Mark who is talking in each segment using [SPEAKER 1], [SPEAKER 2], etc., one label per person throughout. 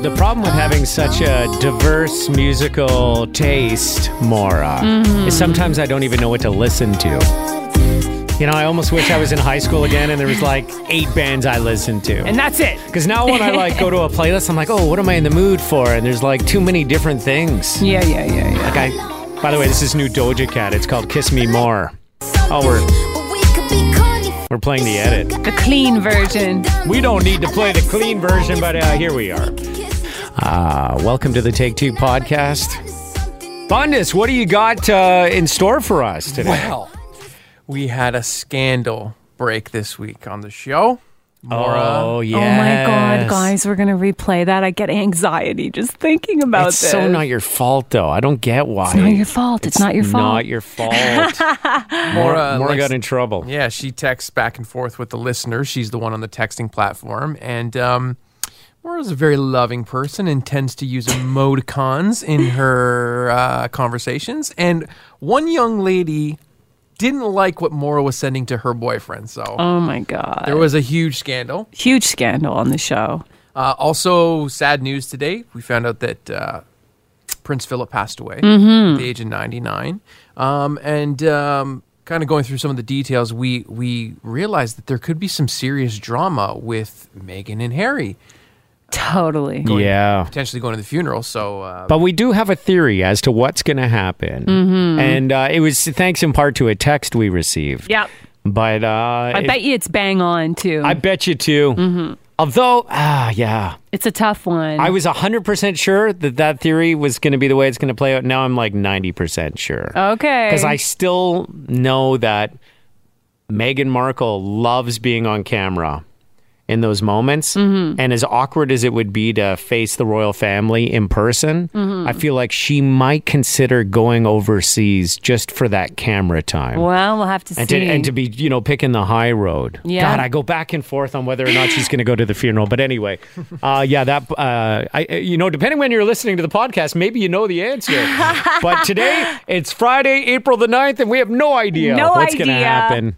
[SPEAKER 1] the problem with having such a diverse musical taste, Mora, mm-hmm. is sometimes I don't even know what to listen to. You know, I almost wish I was in high school again and there was like eight bands I listened to.
[SPEAKER 2] And that's it.
[SPEAKER 1] Because now when I like go to a playlist, I'm like, oh, what am I in the mood for? And there's like too many different things.
[SPEAKER 2] Yeah, yeah, yeah, yeah.
[SPEAKER 1] Like I, by the way, this is new Doja Cat. It's called Kiss Me More. Oh, we're we're playing the edit.
[SPEAKER 2] The clean version.
[SPEAKER 1] We don't need to play the clean version, but uh, here we are. Uh, welcome to the Take Two podcast. Bondus, what do you got uh, in store for us today?
[SPEAKER 3] Well, we had a scandal break this week on the show. Mora.
[SPEAKER 1] Oh, yes.
[SPEAKER 2] Oh, my God, guys, we're going to replay that. I get anxiety just thinking about
[SPEAKER 1] it's
[SPEAKER 2] this.
[SPEAKER 1] so not your fault, though. I don't get why.
[SPEAKER 2] It's not your fault. It's,
[SPEAKER 1] it's
[SPEAKER 2] not your fault.
[SPEAKER 1] not your fault.
[SPEAKER 2] uh,
[SPEAKER 1] Mora, Mora likes, got in trouble.
[SPEAKER 3] Yeah, she texts back and forth with the listener. She's the one on the texting platform. And um, Mora's a very loving person and tends to use emoticons in her uh, conversations. And one young lady didn't like what Mora was sending to her boyfriend. So,
[SPEAKER 2] oh my god,
[SPEAKER 3] there was a huge scandal.
[SPEAKER 2] Huge scandal on the show.
[SPEAKER 3] Uh, also, sad news today. We found out that uh, Prince Philip passed away
[SPEAKER 2] mm-hmm.
[SPEAKER 3] at the age of ninety nine. Um, and um, kind of going through some of the details, we we realized that there could be some serious drama with Meghan and Harry.
[SPEAKER 2] Totally.
[SPEAKER 1] Going, yeah.
[SPEAKER 3] Potentially going to the funeral. So, uh,
[SPEAKER 1] but we do have a theory as to what's going to happen,
[SPEAKER 2] mm-hmm.
[SPEAKER 1] and uh, it was thanks in part to a text we received.
[SPEAKER 2] Yep.
[SPEAKER 1] But uh,
[SPEAKER 2] I
[SPEAKER 1] it,
[SPEAKER 2] bet you it's bang on too.
[SPEAKER 1] I bet you too.
[SPEAKER 2] Mm-hmm.
[SPEAKER 1] Although, ah, yeah,
[SPEAKER 2] it's a tough one.
[SPEAKER 1] I was hundred percent sure that that theory was going to be the way it's going to play out. Now I'm like ninety percent sure.
[SPEAKER 2] Okay.
[SPEAKER 1] Because I still know that Meghan Markle loves being on camera in those moments.
[SPEAKER 2] Mm-hmm.
[SPEAKER 1] And as awkward as it would be to face the royal family in person,
[SPEAKER 2] mm-hmm.
[SPEAKER 1] I feel like she might consider going overseas just for that camera time.
[SPEAKER 2] Well, we'll have to
[SPEAKER 1] and
[SPEAKER 2] see.
[SPEAKER 1] To, and to be, you know, picking the high road.
[SPEAKER 2] Yeah.
[SPEAKER 1] God, I go back and forth on whether or not she's going to go to the funeral. But anyway, uh, yeah, that, uh, I, you know, depending when you're listening to the podcast, maybe you know the answer. but today, it's Friday, April the 9th, and we have no idea
[SPEAKER 2] no
[SPEAKER 1] what's going to
[SPEAKER 2] idea.
[SPEAKER 1] happen.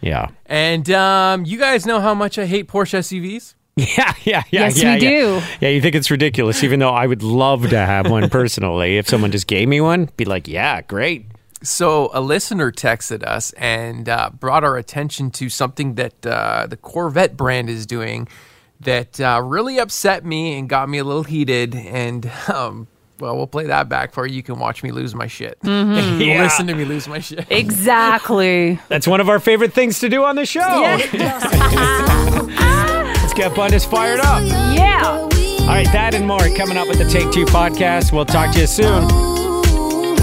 [SPEAKER 1] Yeah.
[SPEAKER 3] And um, you guys know how much I hate Porsche SUVs?
[SPEAKER 1] Yeah, yeah, yeah.
[SPEAKER 2] Yes, we
[SPEAKER 1] yeah, yeah.
[SPEAKER 2] do.
[SPEAKER 1] Yeah, you think it's ridiculous, even though I would love to have one personally. if someone just gave me one, be like, yeah, great.
[SPEAKER 3] So a listener texted us and uh, brought our attention to something that uh, the Corvette brand is doing that uh, really upset me and got me a little heated. And um, well, we'll play that back for you. You can watch me lose my shit.
[SPEAKER 2] Mm-hmm.
[SPEAKER 1] Yeah.
[SPEAKER 3] Mm. Listen to me lose my shit.
[SPEAKER 2] Exactly.
[SPEAKER 1] That's one of our favorite things to do on the show. Oh. Let's get Bundus fired up.
[SPEAKER 2] yeah.
[SPEAKER 1] All right, that and more coming up with the Take Two podcast. We'll talk to you soon.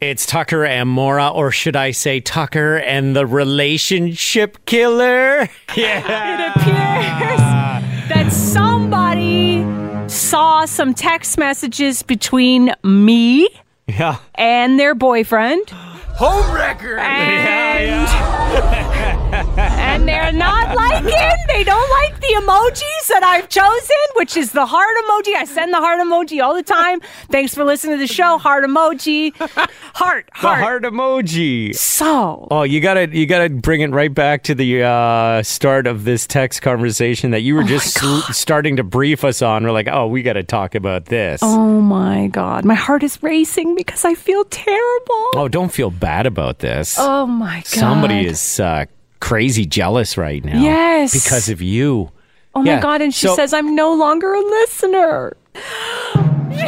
[SPEAKER 1] It's Tucker and Mora, or should I say Tucker and the relationship killer? Yeah.
[SPEAKER 2] It appears that somebody saw some text messages between me
[SPEAKER 1] Yeah.
[SPEAKER 2] and their boyfriend,
[SPEAKER 3] Home record.
[SPEAKER 2] and,
[SPEAKER 1] yeah.
[SPEAKER 2] and they're not liking. They don't like the emojis that I've chosen, which is the heart emoji. I send the heart emoji all the time. Thanks for listening to the show. Heart emoji. Heart,
[SPEAKER 1] The
[SPEAKER 2] heart.
[SPEAKER 1] heart emoji.
[SPEAKER 2] So,
[SPEAKER 1] Oh, you gotta you gotta bring it right back to the uh, start of this text conversation that
[SPEAKER 2] Oh
[SPEAKER 1] you were just sl- starting to brief us on. We're like, oh, we gotta talk about this.
[SPEAKER 2] oh my God, my heart is racing because I feel terrible.
[SPEAKER 1] Oh, don't feel bad about this.
[SPEAKER 2] Oh my God.
[SPEAKER 1] Somebody is uh, crazy jealous right now.
[SPEAKER 2] Yes.
[SPEAKER 1] because of you.
[SPEAKER 2] Oh
[SPEAKER 1] Yeah,
[SPEAKER 2] my God. And she
[SPEAKER 1] so-
[SPEAKER 2] says, I'm no longer a listener. He's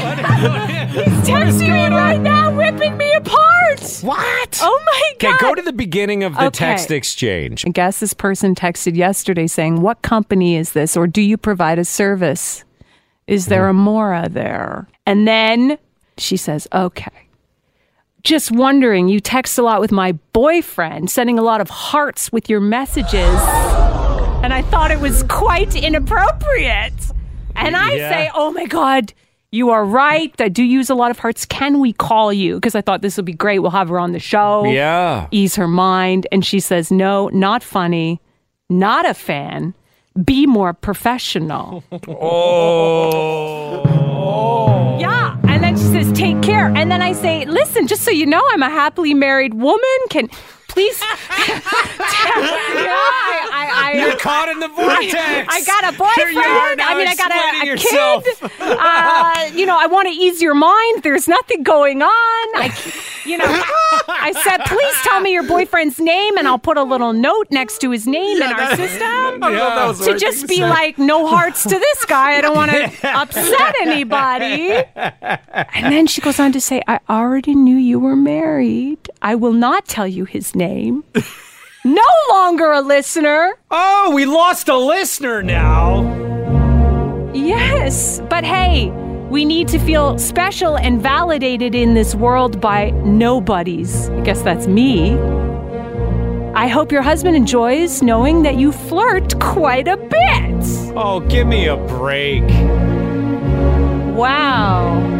[SPEAKER 2] texting me right now, ripping me apart.
[SPEAKER 1] What?
[SPEAKER 2] Oh my God.
[SPEAKER 1] okay, go to the beginning of the
[SPEAKER 2] Okay.
[SPEAKER 1] text exchange.
[SPEAKER 2] I guess this person texted yesterday saying, What company is this? Or do you provide a service? Is there a Mora there? And then she says, Okay. Just wondering, you text a lot with my boyfriend, sending a lot of hearts with your messages. And I thought it was quite inappropriate. And I
[SPEAKER 1] Yeah.
[SPEAKER 2] say, Oh my God. You are right. I do use a lot of hearts. Can we call you? Because I thought this would be great. We'll have her on the show
[SPEAKER 1] Yeah.
[SPEAKER 2] ease her mind. And she says, No, not funny, not a fan. Be more professional. Oh. Yeah. And then she says, Take care. And then I say, Listen, just so you know, I'm a happily married woman. Can please. yeah, I, I, I,
[SPEAKER 1] You're caught in the vortex.
[SPEAKER 2] I got a
[SPEAKER 1] Here
[SPEAKER 2] boyfriend.
[SPEAKER 1] you are now
[SPEAKER 2] I mean, I got a,
[SPEAKER 1] explaining
[SPEAKER 2] a
[SPEAKER 1] yourself.
[SPEAKER 2] kid. Uh, you know, I want to ease your mind. There's nothing going on. I, you know, I said, please tell me your boyfriend's name, and I'll put a little note next to his name in our system.
[SPEAKER 3] I don't know if that was the
[SPEAKER 2] To
[SPEAKER 3] right
[SPEAKER 2] just
[SPEAKER 3] thing
[SPEAKER 2] be
[SPEAKER 3] say.
[SPEAKER 2] like, no hearts to this guy. I don't want to upset anybody. And then she goes on to say, I already knew you were married. I will not tell you his name. No longer a listener.
[SPEAKER 1] Oh, we lost a listener now.
[SPEAKER 2] Yes, but hey, we need to feel special and validated in this world by nobodies. I guess that's me. I hope your husband enjoys knowing that you flirt quite a bit.
[SPEAKER 1] Oh, give me a break.
[SPEAKER 2] Wow.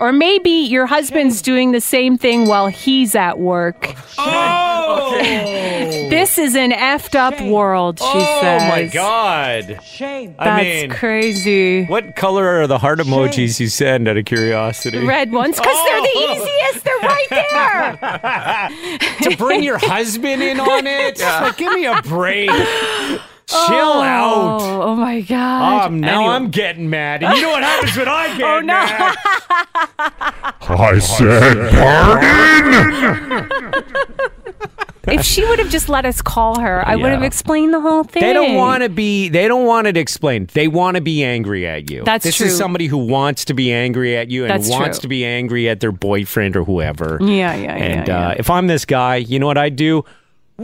[SPEAKER 2] Or maybe your husband's doing the same thing while he's at work.
[SPEAKER 1] Oh,
[SPEAKER 2] This is an effed up world, she
[SPEAKER 1] oh
[SPEAKER 2] says.
[SPEAKER 1] my god.
[SPEAKER 4] Shame.
[SPEAKER 1] I
[SPEAKER 2] That's
[SPEAKER 1] mean,
[SPEAKER 2] crazy.
[SPEAKER 1] what color are the heart emojis you send out of curiosity?
[SPEAKER 2] Red ones, because they're
[SPEAKER 1] Oh.
[SPEAKER 2] the easiest. They're right there.
[SPEAKER 1] to bring your husband in on it? Like, give me a break. Chill out.
[SPEAKER 2] Oh, oh my god.
[SPEAKER 1] Um, now I'm getting mad. And you know what happens when I get
[SPEAKER 2] Oh, no.
[SPEAKER 1] mad?
[SPEAKER 5] I said pardon!
[SPEAKER 2] if she would have just let us call her, I would have
[SPEAKER 1] Yeah.
[SPEAKER 2] explained the whole thing.
[SPEAKER 1] They don't want to be. They don't want it explained. They want to be angry at you.
[SPEAKER 2] That's
[SPEAKER 1] this
[SPEAKER 2] true.
[SPEAKER 1] is somebody who wants to be angry at you and
[SPEAKER 2] That's
[SPEAKER 1] wants
[SPEAKER 2] true. Mm-hmm.
[SPEAKER 1] to be angry at their boyfriend or whoever.
[SPEAKER 2] Yeah, yeah, yeah.
[SPEAKER 1] And
[SPEAKER 2] yeah.
[SPEAKER 1] uh, if I'm this guy, you know what I do?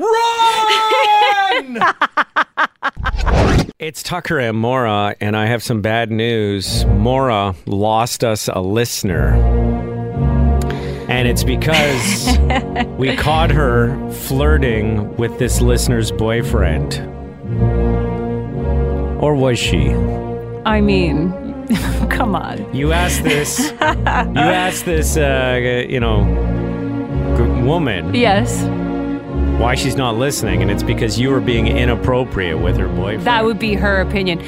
[SPEAKER 1] Run! it's Tucker and Mora, and I have some bad news. Mora lost us a listener. And it's because we caught her flirting with this listener's boyfriend. Or was she? uh,
[SPEAKER 2] I mean, come on.
[SPEAKER 1] You asked this. you asked this. Uh, you know, g- woman
[SPEAKER 2] Yes,
[SPEAKER 1] why she's not listening, and it's because you were being inappropriate with her boyfriend.
[SPEAKER 2] that would be her opinion.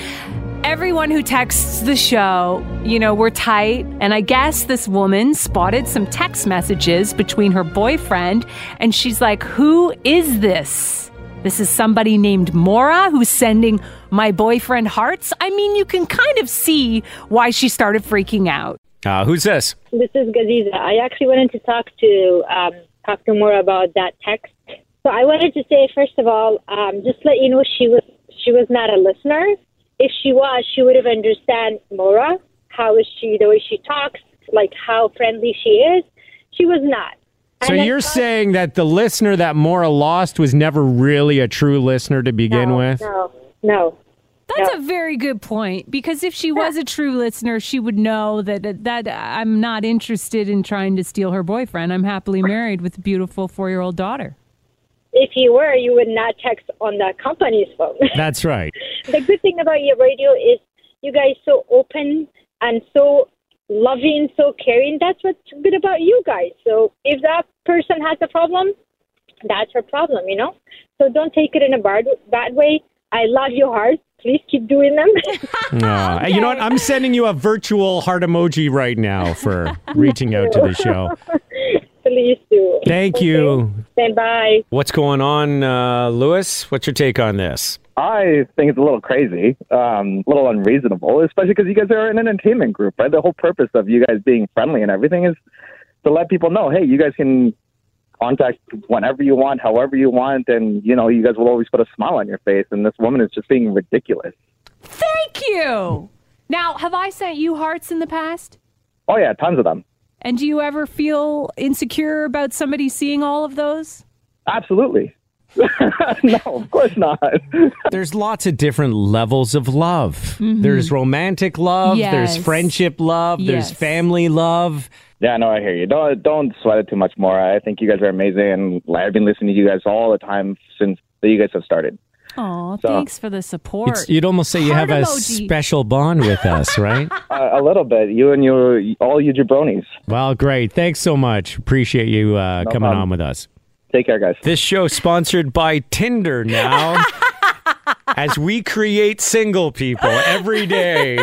[SPEAKER 2] Everyone who texts the show, you know, we're tight. And I guess this woman spotted some text messages between her boyfriend and she's like, Who is this? This is somebody named Mora who's sending my boyfriend hearts. I mean, you can kind of see why she started freaking out.
[SPEAKER 1] uh, who's this?
[SPEAKER 6] This is Gaziza. I actually wanted to talk to um, talk to more about that text. So I wanted to say first of all, um, just let you know she was she was not a listener. If she was, she would have understand Mora. How is she? The way she talks, like how friendly she is. She was not.
[SPEAKER 1] So
[SPEAKER 6] And I
[SPEAKER 1] you're
[SPEAKER 6] thought-
[SPEAKER 1] saying that the listener that Mora lost was never really a true listener to begin
[SPEAKER 6] no,
[SPEAKER 1] with?
[SPEAKER 6] no, no.
[SPEAKER 2] That's a very good point because if she was a true listener, she would know that that I'm not interested in trying to steal her boyfriend. I'm happily married with a beautiful four-year-old daughter.
[SPEAKER 6] If you were, you would not text on the company's phone.
[SPEAKER 1] That's right.
[SPEAKER 6] the good thing about your radio is you guys so open and so loving, so caring. That's what's good about you guys. So if that person has a problem, that's her problem, you know. So don't take it in a bad bad way. I love your heart. Please keep doing them.
[SPEAKER 1] Aw, Uh, You know what? I'm sending you a virtual heart emoji right now for reaching out to the show.
[SPEAKER 6] Please do.
[SPEAKER 1] Thank you.
[SPEAKER 6] Then bye.
[SPEAKER 1] What's going on, uh, Lewis? What's your take on this?
[SPEAKER 4] I think it's a little crazy, um, a little unreasonable, especially because you guys are an entertainment group, right? The whole purpose of you guys being friendly and everything is to let people know, hey, you guys can contact whenever you want, however you want, and you know, you guys will always put a smile on your face. And this woman is just being ridiculous.
[SPEAKER 2] Thank you. Now, have I sent you hearts in the past?
[SPEAKER 4] Oh yeah, tons of them.
[SPEAKER 2] And do you ever feel insecure about somebody seeing all of those?
[SPEAKER 4] Absolutely. no, of course not.
[SPEAKER 1] There's lots of different levels of love. There's romantic love,
[SPEAKER 2] Yes.
[SPEAKER 1] there's friendship love,
[SPEAKER 2] Yes.
[SPEAKER 1] there's family love.
[SPEAKER 4] yeah, no, I hear you. Don't don't sweat it too much, Maura. I think you guys are amazing, and I've been listening to you guys all the time since you guys have started.
[SPEAKER 2] Oh,
[SPEAKER 4] So-
[SPEAKER 2] thanks for the support.
[SPEAKER 1] It's, you'd almost say you
[SPEAKER 2] Heart
[SPEAKER 1] have
[SPEAKER 2] emoji.
[SPEAKER 1] a special bond with us, right?
[SPEAKER 4] Uh, a little bit, you and your all you jabronis.
[SPEAKER 1] well, great. Thanks so much. Appreciate you uh, coming
[SPEAKER 4] problem.
[SPEAKER 1] on with us.
[SPEAKER 4] Take care, guys.
[SPEAKER 1] This show sponsored by Tinder now. As we create single people every day,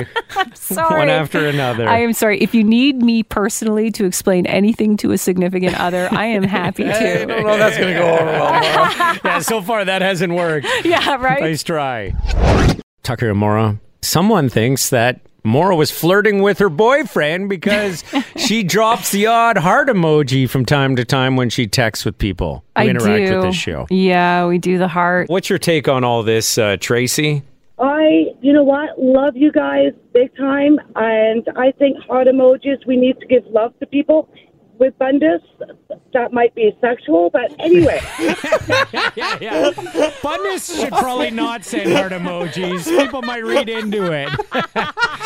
[SPEAKER 2] sorry.
[SPEAKER 1] one after another.
[SPEAKER 2] I am sorry. If you need me personally to explain anything to a significant other, I am happy to.
[SPEAKER 3] don't know if that's going to go over well.
[SPEAKER 1] yeah, so far that hasn't worked.
[SPEAKER 2] yeah, right?
[SPEAKER 1] Nice try. Tucker and Mora. Someone thinks that Mora was flirting with her boyfriend because she drops the odd heart emoji from time to time when she texts with people who
[SPEAKER 2] I
[SPEAKER 1] interact
[SPEAKER 2] do.
[SPEAKER 1] with this show.
[SPEAKER 2] Yeah, we do the heart.
[SPEAKER 1] What's your take on all this, uh, Tracy?
[SPEAKER 7] I, you know what, love you guys big time, and I think heart emojis. We need to give love to people with bundus. That might be sexual, but anyway,
[SPEAKER 1] Yeah, yeah. Bundes should probably not send heart emojis. People might read into it.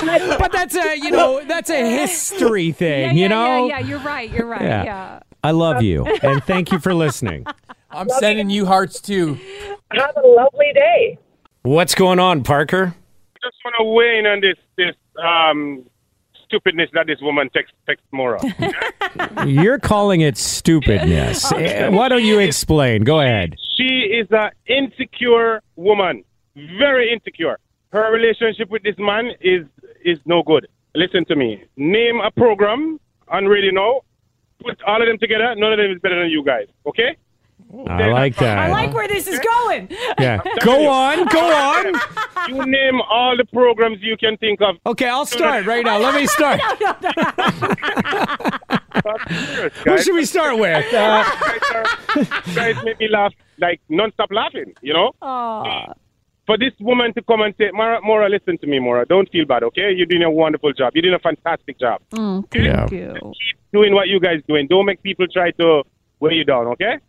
[SPEAKER 1] but that's a, you know, that's a history thing, you know?
[SPEAKER 2] yeah, yeah, you're right. You're right.
[SPEAKER 1] Yeah.
[SPEAKER 2] yeah.
[SPEAKER 1] I love you and thank you for listening.
[SPEAKER 3] I'm sending you hearts too.
[SPEAKER 7] have a lovely day.
[SPEAKER 1] What's going on, Parker?
[SPEAKER 8] just want to weigh in on this this um, stupidness that this woman text text Mora.
[SPEAKER 1] You're calling it stupidness. Eh, Why don't you explain? Go ahead.
[SPEAKER 8] she is an insecure woman, very insecure. Her relationship with this man is is no good. Listen to me. Name a program on radio now. Put all of them together. None of them is better than you guys. Okay?
[SPEAKER 1] I like that.
[SPEAKER 2] I like where this is going.
[SPEAKER 1] yeah. Go on. Go on.
[SPEAKER 8] You name all the programs you can think of.
[SPEAKER 1] Okay, I'll start right now. Let me start. Who
[SPEAKER 8] Guys,
[SPEAKER 1] should we start with? Uh,
[SPEAKER 8] guys, are- guys make me laugh like non-stop laughing. You know. for this woman to come and say, Mara, Mora, listen to me, Mora. Don't feel bad, okay? You're doing a wonderful job. You're doing a fantastic job.
[SPEAKER 1] yeah.
[SPEAKER 2] Thank you.
[SPEAKER 8] Keep doing what you guys doing. Don't make people try to weigh you down, okay?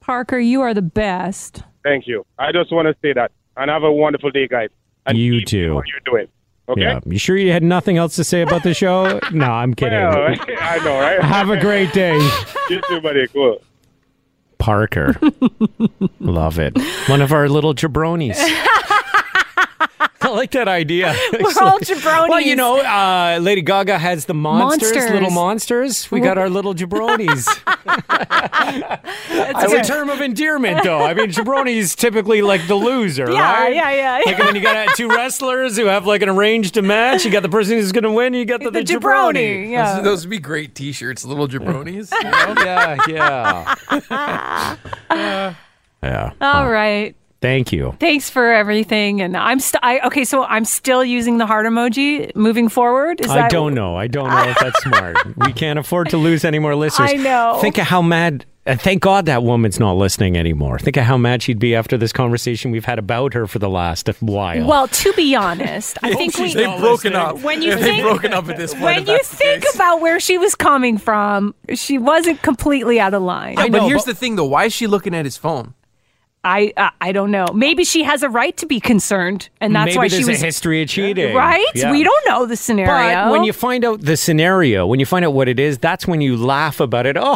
[SPEAKER 2] Parker, you are the best.
[SPEAKER 8] Thank you. I just want to say that. And have a wonderful day, guys. And
[SPEAKER 1] You
[SPEAKER 8] keep
[SPEAKER 1] too.
[SPEAKER 8] doing What you're doing, okay?
[SPEAKER 1] Yeah. You sure you had nothing else to say about the show? No, I'm kidding.
[SPEAKER 8] Well, I know, right?
[SPEAKER 1] Have a great day,
[SPEAKER 8] you too, buddy. Cool.
[SPEAKER 1] Parker. Love it. One of our little jabronis. I like that idea.
[SPEAKER 2] We're all jabronis.
[SPEAKER 1] Well, you know, uh, Lady Gaga has the monsters,
[SPEAKER 2] Monsters.
[SPEAKER 1] little monsters. We got our little jabronis. That's a term of endearment, though. I mean, jabroni's typically like the loser,
[SPEAKER 2] yeah,
[SPEAKER 1] right?
[SPEAKER 2] yeah, yeah,
[SPEAKER 1] Like when you got two wrestlers who have like an arranged match, you got the person who's going to win, you got the,
[SPEAKER 2] The
[SPEAKER 1] the jabroni.
[SPEAKER 2] jabroni. Yeah.
[SPEAKER 3] Those, those would be great T-shirts, little jabronis. you know?
[SPEAKER 1] Yeah, yeah. Uh, yeah.
[SPEAKER 2] All right.
[SPEAKER 1] Thank you.
[SPEAKER 2] Thanks for everything. And I'm st- I, okay. So I'm still using the heart emoji moving forward. Is
[SPEAKER 1] I
[SPEAKER 2] that-
[SPEAKER 1] don't know. I don't know if that's smart. We can't afford to lose any more listeners.
[SPEAKER 2] I know.
[SPEAKER 1] Think of how mad. And thank God that woman's not listening anymore. Think of how mad she'd be after this conversation we've had about her for the last while.
[SPEAKER 2] Well, to be honest, I think we
[SPEAKER 3] They've broken up.
[SPEAKER 2] When you
[SPEAKER 3] they've
[SPEAKER 2] think-
[SPEAKER 3] broken up at this point.
[SPEAKER 2] when
[SPEAKER 3] if
[SPEAKER 2] you
[SPEAKER 3] that's the
[SPEAKER 2] think
[SPEAKER 3] case.
[SPEAKER 2] about where she was coming from, she wasn't completely out of line.
[SPEAKER 3] Yeah,
[SPEAKER 2] I,
[SPEAKER 3] but here's the thing, though. Why is she looking at his phone?
[SPEAKER 2] I, uh, I don't know. Maybe she has a right to be concerned, and that's
[SPEAKER 1] Maybe
[SPEAKER 2] why
[SPEAKER 1] there's
[SPEAKER 2] she was
[SPEAKER 1] a history of cheating,
[SPEAKER 2] right.
[SPEAKER 1] Yeah.
[SPEAKER 2] We don't know the scenario.
[SPEAKER 1] But when you find out the scenario, when you find out what it is, that's when you laugh about it. Oh,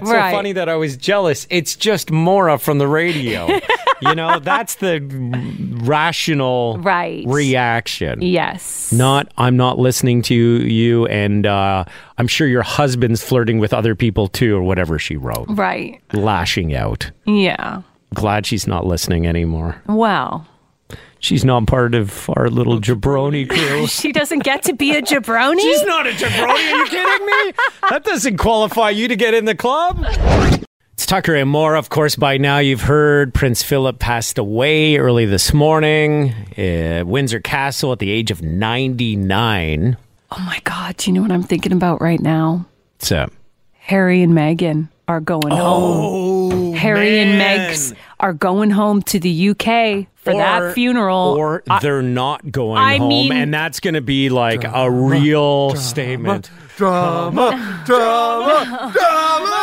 [SPEAKER 1] it's
[SPEAKER 2] Right.
[SPEAKER 1] so funny that I was jealous. It's just Mora from the radio. you know, that's the rational
[SPEAKER 2] Right.
[SPEAKER 1] reaction.
[SPEAKER 2] yes,
[SPEAKER 1] Not, I'm not listening to you, and uh, I'm sure your husband's flirting with other people too, or whatever she wrote.
[SPEAKER 2] right,
[SPEAKER 1] Lashing out.
[SPEAKER 2] yeah.
[SPEAKER 1] Glad she's not listening anymore.
[SPEAKER 2] Well,
[SPEAKER 1] She's not part of our little jabroni crew.
[SPEAKER 2] She doesn't get to be a jabroni.
[SPEAKER 1] She's not a jabroni. Are you kidding me? That doesn't qualify you to get in the club. It's Tucker and more. Of course, by now you've heard Prince Philip passed away early this morning at Windsor Castle at the age of 99.
[SPEAKER 2] oh my God. Do you know what I'm thinking about right now?
[SPEAKER 1] So,
[SPEAKER 2] Harry and Meghan are going home. Harry
[SPEAKER 1] Oh, man.
[SPEAKER 2] and Megs are going home to the UK for
[SPEAKER 1] Or-
[SPEAKER 2] that funeral.
[SPEAKER 1] Or they're not going
[SPEAKER 2] I
[SPEAKER 1] home.
[SPEAKER 2] mean-
[SPEAKER 1] and that's going to be like a real statement.
[SPEAKER 3] Drama, drama, drama.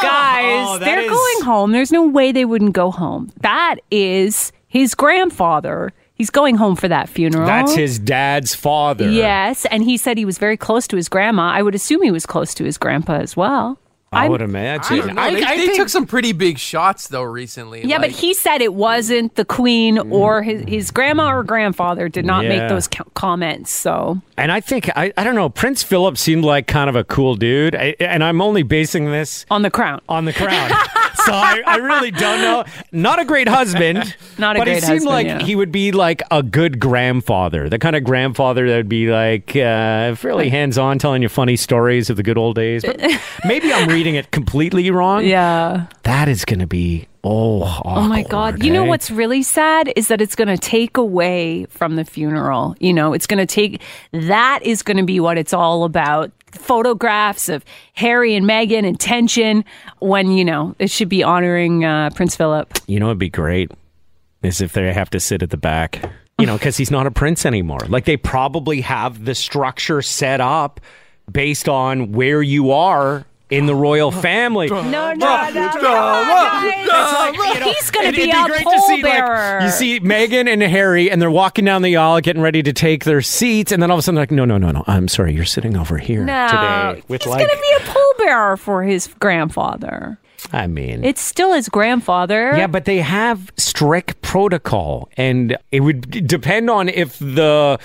[SPEAKER 2] guys,
[SPEAKER 1] Oh, that
[SPEAKER 2] they're
[SPEAKER 1] is-
[SPEAKER 2] going home. There's no way they wouldn't go home. That is his grandfather. He's going home for that funeral.
[SPEAKER 1] That's his dad's father.
[SPEAKER 2] Yes, and he said he was very close to his grandma. I would assume he was close to his grandpa as well.
[SPEAKER 1] I
[SPEAKER 2] I'm-
[SPEAKER 1] would imagine.
[SPEAKER 3] No, they, they took some pretty big shots though recently.
[SPEAKER 2] Yeah, but
[SPEAKER 3] like-
[SPEAKER 2] he said it wasn't the queen or his, his grandma or grandfather did not
[SPEAKER 1] Yeah.
[SPEAKER 2] make those co- comments. So
[SPEAKER 1] And I think I, I don't know. Prince Philip seemed like kind of a cool dude, I, and I'm only basing this
[SPEAKER 2] on the crown,
[SPEAKER 1] on the crown. so I, I really don't know. Not a great husband.
[SPEAKER 2] Not a
[SPEAKER 1] but
[SPEAKER 2] great
[SPEAKER 1] he seemed
[SPEAKER 2] husband,
[SPEAKER 1] like
[SPEAKER 2] yeah.
[SPEAKER 1] he would be like a good grandfather, the kind of grandfather that would be like uh, fairly hands on, telling you funny stories of the good old days. But maybe I'm reading it completely wrong.
[SPEAKER 2] yeah.
[SPEAKER 1] that is going to be oh
[SPEAKER 2] Oh my God.
[SPEAKER 1] eh?
[SPEAKER 2] You know what's really sad is that it's going to take away from the funeral. You know, it's going to take, that is going to be what it's all about. Photographs of Harry and Meghan and tension when, you know, it should be honoring uh, Prince Philip.
[SPEAKER 1] You know, it'd be great is if they have to sit at the back, you know, because he's not a prince anymore. Like they probably have the structure set up based on where you are in the royal family.
[SPEAKER 2] No, no, He's going to be
[SPEAKER 1] It'd
[SPEAKER 2] a
[SPEAKER 1] great to see, like,
[SPEAKER 2] pallbearer.
[SPEAKER 1] you see Megan and Harry, and they're walking down the aisle, getting ready to take their seats, and then all of a sudden, like, no, no, no, no, I'm sorry, you're sitting over here
[SPEAKER 2] no,
[SPEAKER 1] today. With
[SPEAKER 2] he's
[SPEAKER 1] like,
[SPEAKER 2] going to be a pallbearer for his grandfather.
[SPEAKER 1] I mean,
[SPEAKER 2] It's still his grandfather.
[SPEAKER 1] Yeah, but they have strict protocol, and it would d- depend on if the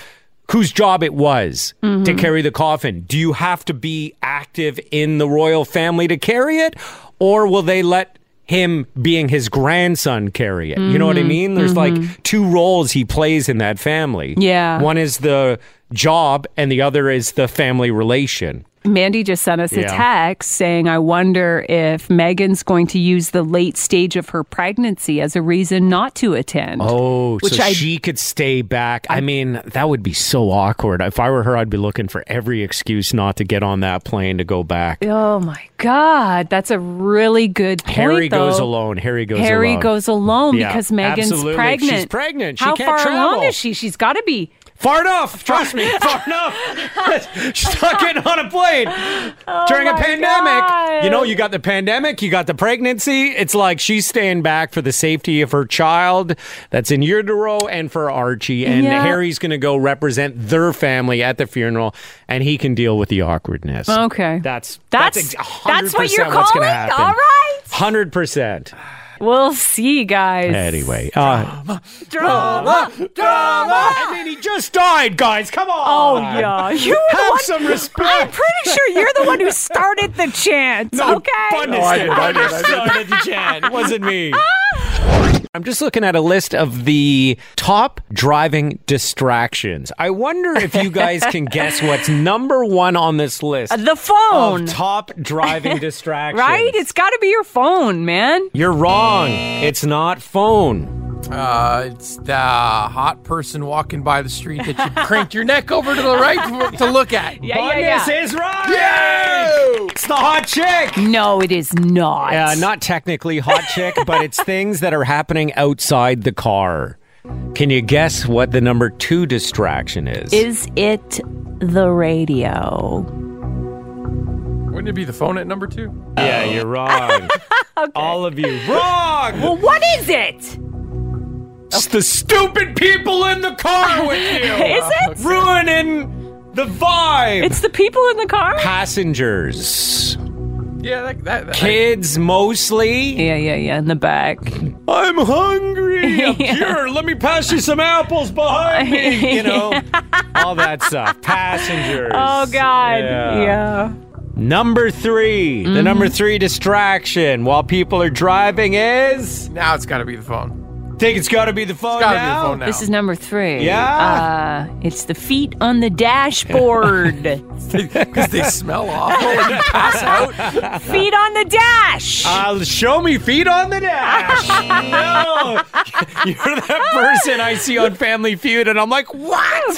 [SPEAKER 1] whose job it was to carry the coffin. Do you have to be active in the royal family to carry it, or will they let? Him being his grandson carry it. You know what I mean? There's like two roles he plays in that family.
[SPEAKER 2] Yeah.
[SPEAKER 1] One is the job and the other is the family relation.
[SPEAKER 2] Mandy just sent us a
[SPEAKER 1] Yeah.
[SPEAKER 2] text saying, I wonder if Megan's going to use the late stage of her pregnancy as a reason not to attend.
[SPEAKER 1] Oh,
[SPEAKER 2] Which
[SPEAKER 1] so
[SPEAKER 2] I-
[SPEAKER 1] she could stay back. I, mean, that would be so awkward. If I were her, I'd be looking for every excuse not to get on that plane to go back.
[SPEAKER 2] Oh my God. That's a really good point.
[SPEAKER 1] Harry goes
[SPEAKER 2] though.
[SPEAKER 1] alone. Harry goes
[SPEAKER 2] Harry
[SPEAKER 1] alone.
[SPEAKER 2] goes alone
[SPEAKER 1] Yeah,
[SPEAKER 2] because Megan's
[SPEAKER 1] absolutely.
[SPEAKER 2] pregnant.
[SPEAKER 1] She's pregnant. She
[SPEAKER 2] How
[SPEAKER 1] can't
[SPEAKER 2] far
[SPEAKER 1] travel.
[SPEAKER 2] along is she? She's got to be.
[SPEAKER 1] Far enough. Trust me. Far enough. She's not getting on a plane during
[SPEAKER 2] Oh
[SPEAKER 1] a
[SPEAKER 2] my
[SPEAKER 1] pandemic.
[SPEAKER 2] God.
[SPEAKER 1] You know, you got the pandemic, you got the pregnancy. It's like she's staying back for the safety of her child that's in utero and for Archie. And
[SPEAKER 2] Yeah.
[SPEAKER 1] Harry's going to go represent their family at the funeral and he can deal with the awkwardness.
[SPEAKER 2] Okay.
[SPEAKER 1] That's
[SPEAKER 2] That's-
[SPEAKER 1] that's, ex-
[SPEAKER 2] that's what you're
[SPEAKER 1] 100% what's gonna
[SPEAKER 2] calling?
[SPEAKER 1] happen.
[SPEAKER 2] All right.
[SPEAKER 1] 100%.
[SPEAKER 2] We'll see, guys.
[SPEAKER 1] Anyway. Uh,
[SPEAKER 2] Drama.
[SPEAKER 1] I mean, he just died, guys. Come
[SPEAKER 2] Oh,
[SPEAKER 1] on.
[SPEAKER 2] yeah. You were the
[SPEAKER 1] Have
[SPEAKER 2] one-
[SPEAKER 1] some respect.
[SPEAKER 2] I'm pretty sure you're the one who started the chant. okay.
[SPEAKER 1] Oh, It wasn't me. I'm just looking at a list of the top driving distractions. I wonder if you guys can guess what's number one on this list
[SPEAKER 2] The
[SPEAKER 1] of
[SPEAKER 2] phone.
[SPEAKER 1] top driving distractions.
[SPEAKER 2] Right? It's got to be your phone, man.
[SPEAKER 1] You're wrong. It's not phone.
[SPEAKER 3] Uh, it's the hot person walking by the street that you cranked your neck over to the right for- to look at.
[SPEAKER 2] Yeah, yeah, yeah.
[SPEAKER 1] is right. It's the hot chick.
[SPEAKER 2] No, it is not.
[SPEAKER 1] Uh, not technically hot chick, but it's things that are happening outside the car. Can you guess what the number two distraction is?
[SPEAKER 2] Is it the radio?
[SPEAKER 3] Wouldn't it be the phone at number two?
[SPEAKER 1] yeah, you're wrong. All of you wrong.
[SPEAKER 2] Well, what is it? Is
[SPEAKER 1] It's the stupid people in the car with you,
[SPEAKER 2] it?
[SPEAKER 1] ruining the vibe.
[SPEAKER 2] It's the people in the car?
[SPEAKER 1] Passengers,
[SPEAKER 3] Yeah, that, that, that
[SPEAKER 1] kids mostly.
[SPEAKER 2] Yeah, yeah, yeah, in the back.
[SPEAKER 1] I'm hungry. I'm
[SPEAKER 2] Yeah.
[SPEAKER 1] here. Let me pass you some apples behind me. You know, all that stuff. Passengers.
[SPEAKER 2] Oh, God. Yeah. Mm-hmm.
[SPEAKER 1] Number 3 the number three distraction while people are driving is
[SPEAKER 3] now it's got to be the phone.
[SPEAKER 1] Think it's got to be the phone
[SPEAKER 3] gotta be the
[SPEAKER 1] now?
[SPEAKER 3] phone now.
[SPEAKER 2] This is number three.
[SPEAKER 1] Yeah.
[SPEAKER 2] Uh, it's the feet on the dashboard.
[SPEAKER 3] because they smell awful and you pass out.
[SPEAKER 2] feet on the dash.
[SPEAKER 1] Uh, show me feet on the dash. no. You're that person I see on Family Feud, and I'm like, what?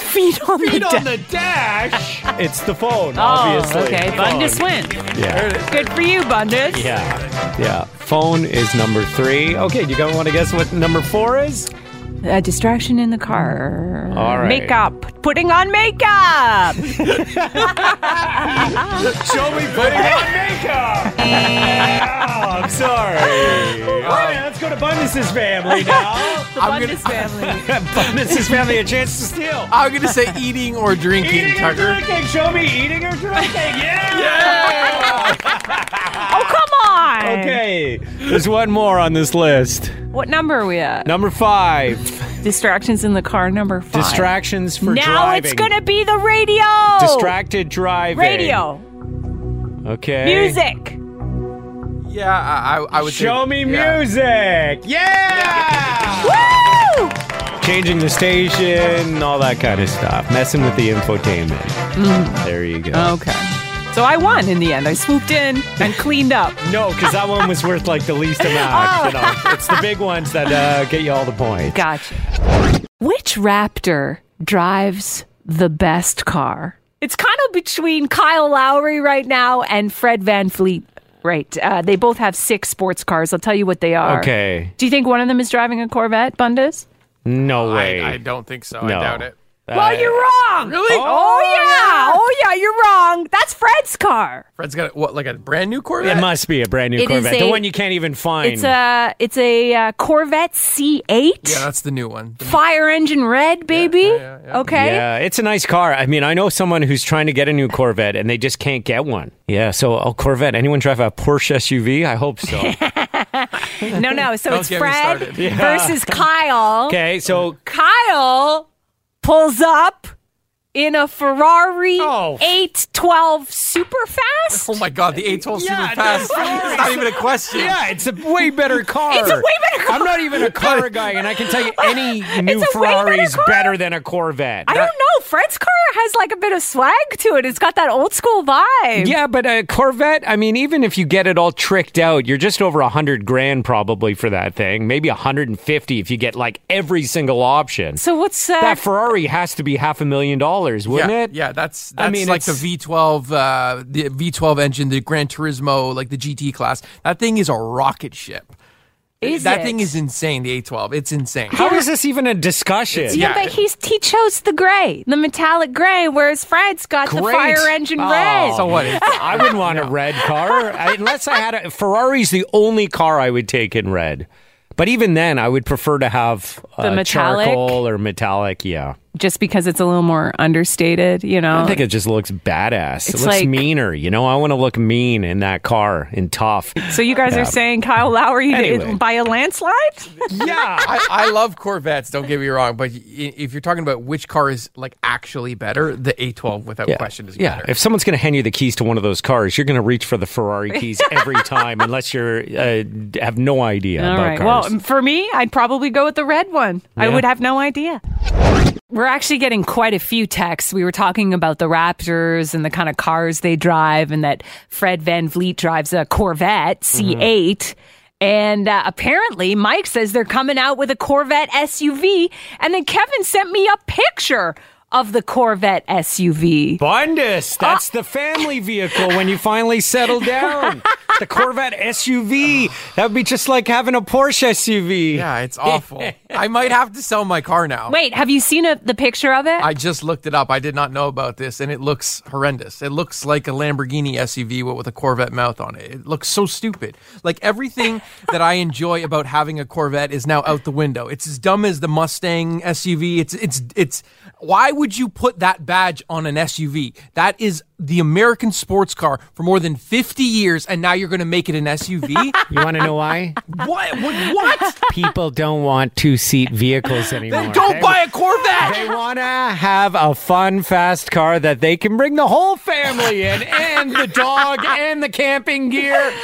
[SPEAKER 2] feet on the
[SPEAKER 1] Feet
[SPEAKER 2] dash.
[SPEAKER 1] on the dash? It's the phone,
[SPEAKER 2] Oh,
[SPEAKER 1] obviously.
[SPEAKER 2] okay. Bundus wins.
[SPEAKER 1] Yeah.
[SPEAKER 2] Good for you, Bundus.
[SPEAKER 1] Yeah. Yeah. Phone is number three. Okay, you guys want to guess what number four is?
[SPEAKER 2] A distraction in the car.
[SPEAKER 1] All right.
[SPEAKER 2] Makeup. Putting on makeup.
[SPEAKER 1] Show me putting on makeup. Yeah, I'm sorry. All right, let's go to Bundus's family now.
[SPEAKER 2] The
[SPEAKER 3] I'm
[SPEAKER 2] Bundus family.
[SPEAKER 1] Bundus's family, a chance to steal.
[SPEAKER 3] I'm gonna say eating or drinking,
[SPEAKER 1] Eating or
[SPEAKER 3] Tucker.
[SPEAKER 1] drinking. Show me eating or drinking. Yeah.
[SPEAKER 2] oh, come on.
[SPEAKER 1] Okay. There's one more on this list.
[SPEAKER 2] What number are we at?
[SPEAKER 1] Number five.
[SPEAKER 2] Distractions in the car, number five.
[SPEAKER 1] Distractions for
[SPEAKER 2] now
[SPEAKER 1] driving.
[SPEAKER 2] it's going to be the radio.
[SPEAKER 1] Distracted driving.
[SPEAKER 2] Radio.
[SPEAKER 1] Okay.
[SPEAKER 2] Music.
[SPEAKER 3] Yeah, I, I, I would say-
[SPEAKER 1] Show me
[SPEAKER 3] yeah.
[SPEAKER 1] music. Yeah.
[SPEAKER 2] Woo!
[SPEAKER 1] Changing the station, all that kind of stuff. Messing with the infotainment.
[SPEAKER 2] Mm.
[SPEAKER 1] There you go.
[SPEAKER 2] Oh. Okay. So I won in the end. I swooped in and cleaned up.
[SPEAKER 1] No, because that one was worth like the least
[SPEAKER 2] Oh.
[SPEAKER 1] amount. You know, it's the big ones that uh, get you all the points.
[SPEAKER 2] Gotcha. Which Raptor drives the best car? It's kind of between Kyle Lowry right now and Fred Van Fleet. Right. Uh, they both have six sports cars. I'll tell you what they are.
[SPEAKER 1] Okay.
[SPEAKER 2] Do you think one of them is driving a Corvette,
[SPEAKER 3] Uh,
[SPEAKER 2] Bundes?
[SPEAKER 1] No way. Uh,
[SPEAKER 3] I, I don't think so.
[SPEAKER 1] No.
[SPEAKER 3] I doubt it.
[SPEAKER 2] well, you're wrong.
[SPEAKER 3] Really?
[SPEAKER 2] Oh, yeah. Oh, yeah. You're wrong. That's Fred's car.
[SPEAKER 3] Fred's got a, what, like a brand new Corvette?
[SPEAKER 1] It must be a brand new
[SPEAKER 2] It is
[SPEAKER 1] Corvette. the
[SPEAKER 2] a-
[SPEAKER 1] one you can't even find.
[SPEAKER 2] It's a it's a uh, Corvette C8.
[SPEAKER 3] yeah, that's the new one. Oh
[SPEAKER 2] Fire engine red, baby.
[SPEAKER 3] yeah, yeah.
[SPEAKER 2] Okay.
[SPEAKER 1] Yeah, it's a nice car. I mean, I know someone who's trying to get a new Corvette and they just can't get one. Yeah, so a Corvette. Anyone drive a Porsche SUV? I hope so.
[SPEAKER 2] No, no. So
[SPEAKER 3] Don't
[SPEAKER 2] it's
[SPEAKER 3] get me
[SPEAKER 2] Fred
[SPEAKER 3] started.
[SPEAKER 2] versus Kyle.
[SPEAKER 1] okay, so
[SPEAKER 2] Kyle pulls up in a Ferrari
[SPEAKER 1] Oh.
[SPEAKER 2] 812 super fast.
[SPEAKER 3] Oh my god, the eight hole
[SPEAKER 1] Yeah,
[SPEAKER 3] super fast.
[SPEAKER 1] no,
[SPEAKER 3] It's not even a question.
[SPEAKER 1] yeah, it's a way better car.
[SPEAKER 2] It's a way better car.
[SPEAKER 1] I'm not even a car guy, and I can tell you any new
[SPEAKER 2] way better
[SPEAKER 1] Ferrari is
[SPEAKER 2] car.
[SPEAKER 1] better than a Corvette.
[SPEAKER 2] I don't know. Fred's car has like a bit of swag to it. It's got that old school vibe.
[SPEAKER 1] yeah, but a Corvette, I mean, even if you get it all tricked out, you're just over a hundred grand probably for that thing. Maybe a hundred and fifty if you get like every single option.
[SPEAKER 2] So what's uh,
[SPEAKER 1] that Ferrari has to be half a million dollars, wouldn't
[SPEAKER 3] yeah,
[SPEAKER 1] it?
[SPEAKER 3] yeah, that's
[SPEAKER 1] I
[SPEAKER 3] that's
[SPEAKER 1] mean,
[SPEAKER 3] like the
[SPEAKER 1] it's-
[SPEAKER 3] V12, uh, the V12 engine, the Gran Turismo, like the GT class. That thing is a rocket ship.
[SPEAKER 2] Is
[SPEAKER 3] that
[SPEAKER 2] it?
[SPEAKER 3] thing is insane. The A12, it's insane.
[SPEAKER 1] How is this even a discussion?
[SPEAKER 2] Yeah,
[SPEAKER 3] Yeah.
[SPEAKER 2] but he's he chose the gray, the metallic gray, whereas Fred's got the
[SPEAKER 1] Great.
[SPEAKER 2] fire engine
[SPEAKER 1] Oh.
[SPEAKER 2] red.
[SPEAKER 3] So what? It's-
[SPEAKER 1] I wouldn't want a red car I- unless I had a Ferrari's the only car I would take in red. But even then, I would prefer to have uh,
[SPEAKER 2] The metallic?
[SPEAKER 1] charcoal or metallic. Yeah,
[SPEAKER 2] Just because it's a little more understated, you know.
[SPEAKER 1] I think it just looks badass. It
[SPEAKER 2] It's
[SPEAKER 1] looks
[SPEAKER 2] like-
[SPEAKER 1] meaner. You know, I want to look mean in that car and tough.
[SPEAKER 2] so you guys are saying Kyle Lowry
[SPEAKER 1] Anyway.
[SPEAKER 2] did- by a landslide?
[SPEAKER 1] yeah,
[SPEAKER 3] I, I love Corvettes. Don't get me wrong, but y- if you're talking about which car is like actually better, the A12 without
[SPEAKER 1] yeah,
[SPEAKER 3] question is
[SPEAKER 1] yeah.
[SPEAKER 3] better.
[SPEAKER 1] If someone's going to hand you the keys to one of those cars, you're going to reach for the Ferrari keys every time, unless you're uh, have no idea
[SPEAKER 2] All
[SPEAKER 1] about
[SPEAKER 2] right.
[SPEAKER 1] cars.
[SPEAKER 2] Well, for me, I'd probably go with the red one. I
[SPEAKER 1] Yeah.
[SPEAKER 2] would have no idea. We're actually getting quite a few texts. We were talking about the Raptors and the kind of cars they drive, and that Fred Van Vliet drives a Corvette C8.
[SPEAKER 1] Mm-hmm.
[SPEAKER 2] And uh, apparently, Mike says they're coming out with a Corvette SUV. And then Kevin sent me a picture of the Corvette SUV.
[SPEAKER 1] Bundus, that's the family vehicle when you finally settle down. the Corvette SUV. That would be just like having a Porsche SUV.
[SPEAKER 3] Yeah, it's awful. I might have to sell my car now.
[SPEAKER 2] Wait, have you seen a, the picture of it?
[SPEAKER 3] I just looked it up. I did not know about this, and it looks horrendous. It looks like a Lamborghini SUV with a Corvette mouth on it. It looks so stupid. Like everything that I enjoy about having a Corvette is now out the window. It's as dumb as the Mustang SUV. It's it's it's. Why would you put that badge on an SUV? That is the American sports car for more than 50 years, and now you're going to make it an SUV?
[SPEAKER 1] You want to know why?
[SPEAKER 3] what? What? what?
[SPEAKER 1] People don't want two seat vehicles anymore.
[SPEAKER 3] Then don't
[SPEAKER 1] They-
[SPEAKER 3] buy a Corvette.
[SPEAKER 1] They want to have a fun, fast car that they can bring the whole family in, and the dog, and the camping gear, and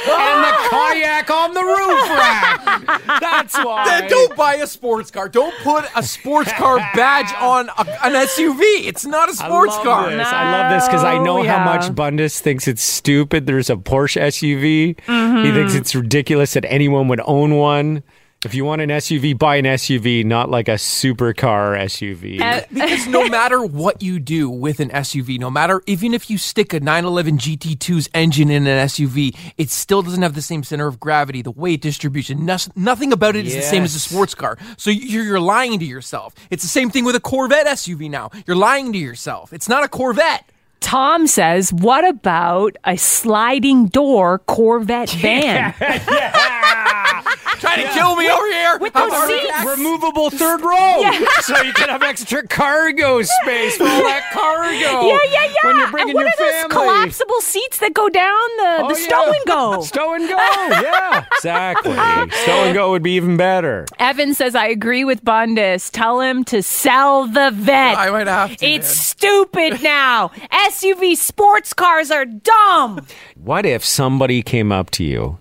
[SPEAKER 1] the kayak on the roof rack. That's why.
[SPEAKER 3] Then don't buy a sports car. Don't put a sports car badge on a, an SUV. It's not a
[SPEAKER 1] I
[SPEAKER 3] sports
[SPEAKER 1] love
[SPEAKER 3] car.
[SPEAKER 1] This. I love this because I know
[SPEAKER 2] No,
[SPEAKER 1] how
[SPEAKER 2] yeah.
[SPEAKER 1] much Bundes thinks it's stupid. There's a Porsche SUV. He thinks
[SPEAKER 2] Mm-hmm.
[SPEAKER 1] it's ridiculous that anyone would own one. If you want an SUV, buy an SUV, not like a supercar SUV.
[SPEAKER 3] Because no matter what you do with an SUV, no matter even if you stick a 911 GT2's engine in an SUV, it still doesn't have the same center of gravity, the weight distribution. Nos- nothing about it is the same as a
[SPEAKER 1] Yes.
[SPEAKER 3] sports car. So you're, you're lying to yourself. It's the same thing with a Corvette SUV now. You're lying to yourself. It's not a Corvette.
[SPEAKER 2] Tom says, "What about a sliding door Corvette van?"
[SPEAKER 3] Trying to kill me over here.
[SPEAKER 2] With
[SPEAKER 3] I'm
[SPEAKER 2] those
[SPEAKER 3] already-
[SPEAKER 2] seats.
[SPEAKER 1] Removable third row, so you can have extra cargo space for all that cargo.
[SPEAKER 2] Yeah, yeah, yeah.
[SPEAKER 1] When you're
[SPEAKER 2] and
[SPEAKER 1] bringing
[SPEAKER 2] what
[SPEAKER 1] your
[SPEAKER 2] are
[SPEAKER 1] family.
[SPEAKER 2] those collapsible seats that go down the, the
[SPEAKER 1] Oh,
[SPEAKER 2] stow
[SPEAKER 1] yeah.
[SPEAKER 2] and go?
[SPEAKER 1] Stow and go. Yeah, exactly. Stow and go would be even better.
[SPEAKER 2] Evan says, I agree with Bundes. Tell him to sell the
[SPEAKER 1] Oh,
[SPEAKER 2] vet.
[SPEAKER 3] I might have to.
[SPEAKER 2] it's
[SPEAKER 3] man.
[SPEAKER 2] stupid now. SUV sports cars are dumb.
[SPEAKER 1] What if somebody came up to you?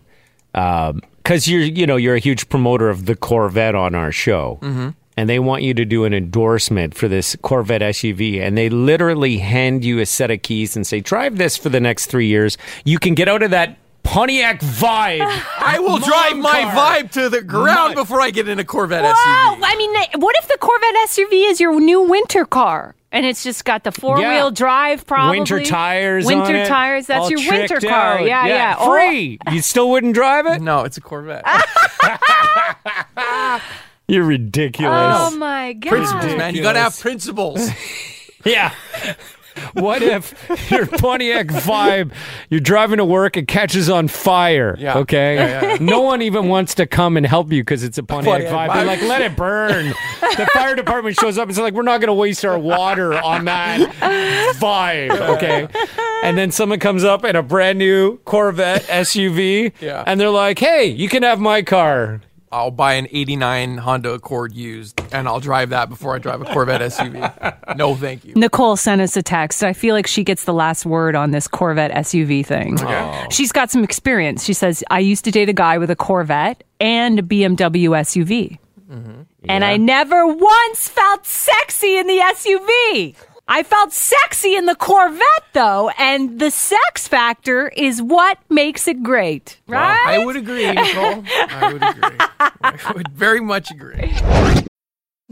[SPEAKER 1] Because you're, you know, you're a huge promoter of the Corvette on our show,
[SPEAKER 2] Mm-hmm.
[SPEAKER 1] and they want you to do an endorsement for this Corvette SUV, and they literally hand you a set of keys and say, "Drive this for the next three years. You can get out of that Pontiac vibe."
[SPEAKER 3] I will
[SPEAKER 1] Mom
[SPEAKER 3] drive my
[SPEAKER 1] car.
[SPEAKER 3] vibe to the ground before I get in a Corvette
[SPEAKER 2] Whoa.
[SPEAKER 3] SUV.
[SPEAKER 2] I mean, they- what if the Corvette SUV is your new winter car? And it's just got the four wheel drive, probably
[SPEAKER 1] Winter tires, on
[SPEAKER 2] Winter
[SPEAKER 1] it,
[SPEAKER 2] tires. That's
[SPEAKER 1] all
[SPEAKER 2] your winter
[SPEAKER 1] tricked
[SPEAKER 2] car.
[SPEAKER 1] out.
[SPEAKER 2] Yeah, yeah. All-
[SPEAKER 1] Free. You still wouldn't drive it?
[SPEAKER 3] No, it's a Corvette.
[SPEAKER 1] You're ridiculous.
[SPEAKER 2] Oh, my god.
[SPEAKER 3] Principles, man. You gotta have principles.
[SPEAKER 1] Yeah. What if your Pontiac vibe, you're driving to work, it catches on fire?
[SPEAKER 3] Yeah.
[SPEAKER 1] Okay.
[SPEAKER 3] Yeah, yeah, yeah.
[SPEAKER 1] No one even wants to come and help you because it's a Pontiac,
[SPEAKER 3] Pontiac
[SPEAKER 1] vibe. They're
[SPEAKER 3] vibe.
[SPEAKER 1] like, let it burn. the fire department shows up. It's like, we're not going to waste our water on that vibe. Okay. And then someone comes up in a brand new Corvette SUV.
[SPEAKER 3] Yeah.
[SPEAKER 1] And they're like, hey, you can have my car.
[SPEAKER 3] I'll buy an 89 Honda Accord used and I'll drive that before I drive a Corvette SUV. No, thank you.
[SPEAKER 2] Nicole sent us a text. I feel like she gets the last word on this Corvette SUV thing. She's got some experience. She says, I used to date a guy with a Corvette and a BMW SUV. And I never once felt sexy in the SUV. I felt sexy in the Corvette, though. And the sex factor is what makes it great, right?
[SPEAKER 3] I would agree, Nicole. I would agree. I would very much agree.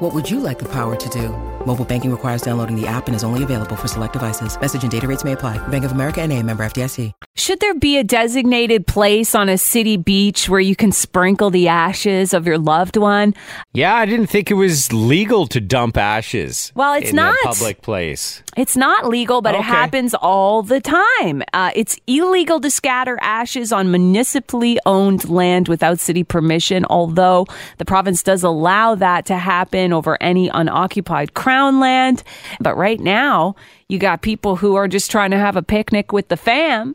[SPEAKER 9] What would you like the power to do? Mobile banking requires downloading the app and is only available for select devices. Message and data rates may apply. Bank of America and a member FDIC.
[SPEAKER 2] Should there be a designated place on a city beach where you can sprinkle the ashes of your loved one?
[SPEAKER 1] Yeah, I didn't think it was legal to dump ashes.
[SPEAKER 2] Well, it's
[SPEAKER 1] in a
[SPEAKER 2] not.
[SPEAKER 1] public place.
[SPEAKER 2] It's not legal, but it
[SPEAKER 1] Okay.
[SPEAKER 2] happens all the time. Uh, it's illegal to scatter ashes on municipally owned land without city permission, although the province does allow that to happen over any unoccupied crown land. But right now, you got people who are just trying to have a picnic with the fam.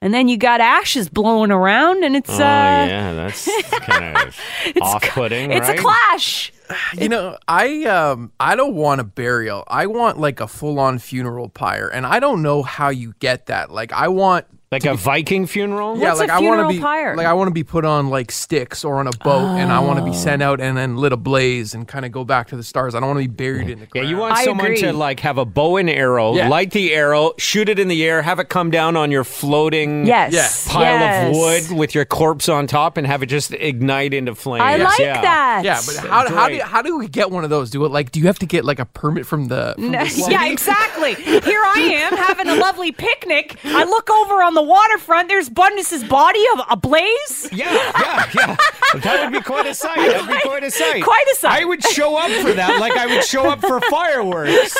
[SPEAKER 2] And then you got ashes blowing around, and it's
[SPEAKER 1] Oh
[SPEAKER 2] uh,
[SPEAKER 1] yeah, that's kind of off-putting.
[SPEAKER 2] it's
[SPEAKER 1] right?
[SPEAKER 2] a clash.
[SPEAKER 3] You know, I um I don't want a burial. I want like a full on funeral pyre. And I don't know how you get that. Like I want
[SPEAKER 1] Like a Viking funeral?
[SPEAKER 3] yeah, like I want to be like I want to be put on like sticks or on a boat, and I want to be sent out and then lit ablaze and kind of go back to the stars. I don't want to be buried in the ground.
[SPEAKER 1] Yeah, you want someone to like have a bow and arrow,
[SPEAKER 3] Yeah.
[SPEAKER 1] light the arrow, shoot it in the air, have it come down on your floating
[SPEAKER 2] Yes. Yeah.
[SPEAKER 1] pile
[SPEAKER 2] Yes.
[SPEAKER 1] of wood with your corpse on top and have it just ignite into flames.
[SPEAKER 2] I like
[SPEAKER 1] yeah.
[SPEAKER 2] that.
[SPEAKER 3] Yeah, but how, how do you- how do we get one of those? Do it like do you have to get like a permit from the? From
[SPEAKER 2] No,
[SPEAKER 3] the city?
[SPEAKER 2] yeah, exactly. Here I am having a lovely picnic. I look over on the waterfront. There's Bundus's body of ablaze.
[SPEAKER 1] Yeah, yeah, yeah. That would be quite a sight. That would be quite a sight.
[SPEAKER 2] Quite a sight.
[SPEAKER 1] I would show up for that, like I would show up for fireworks.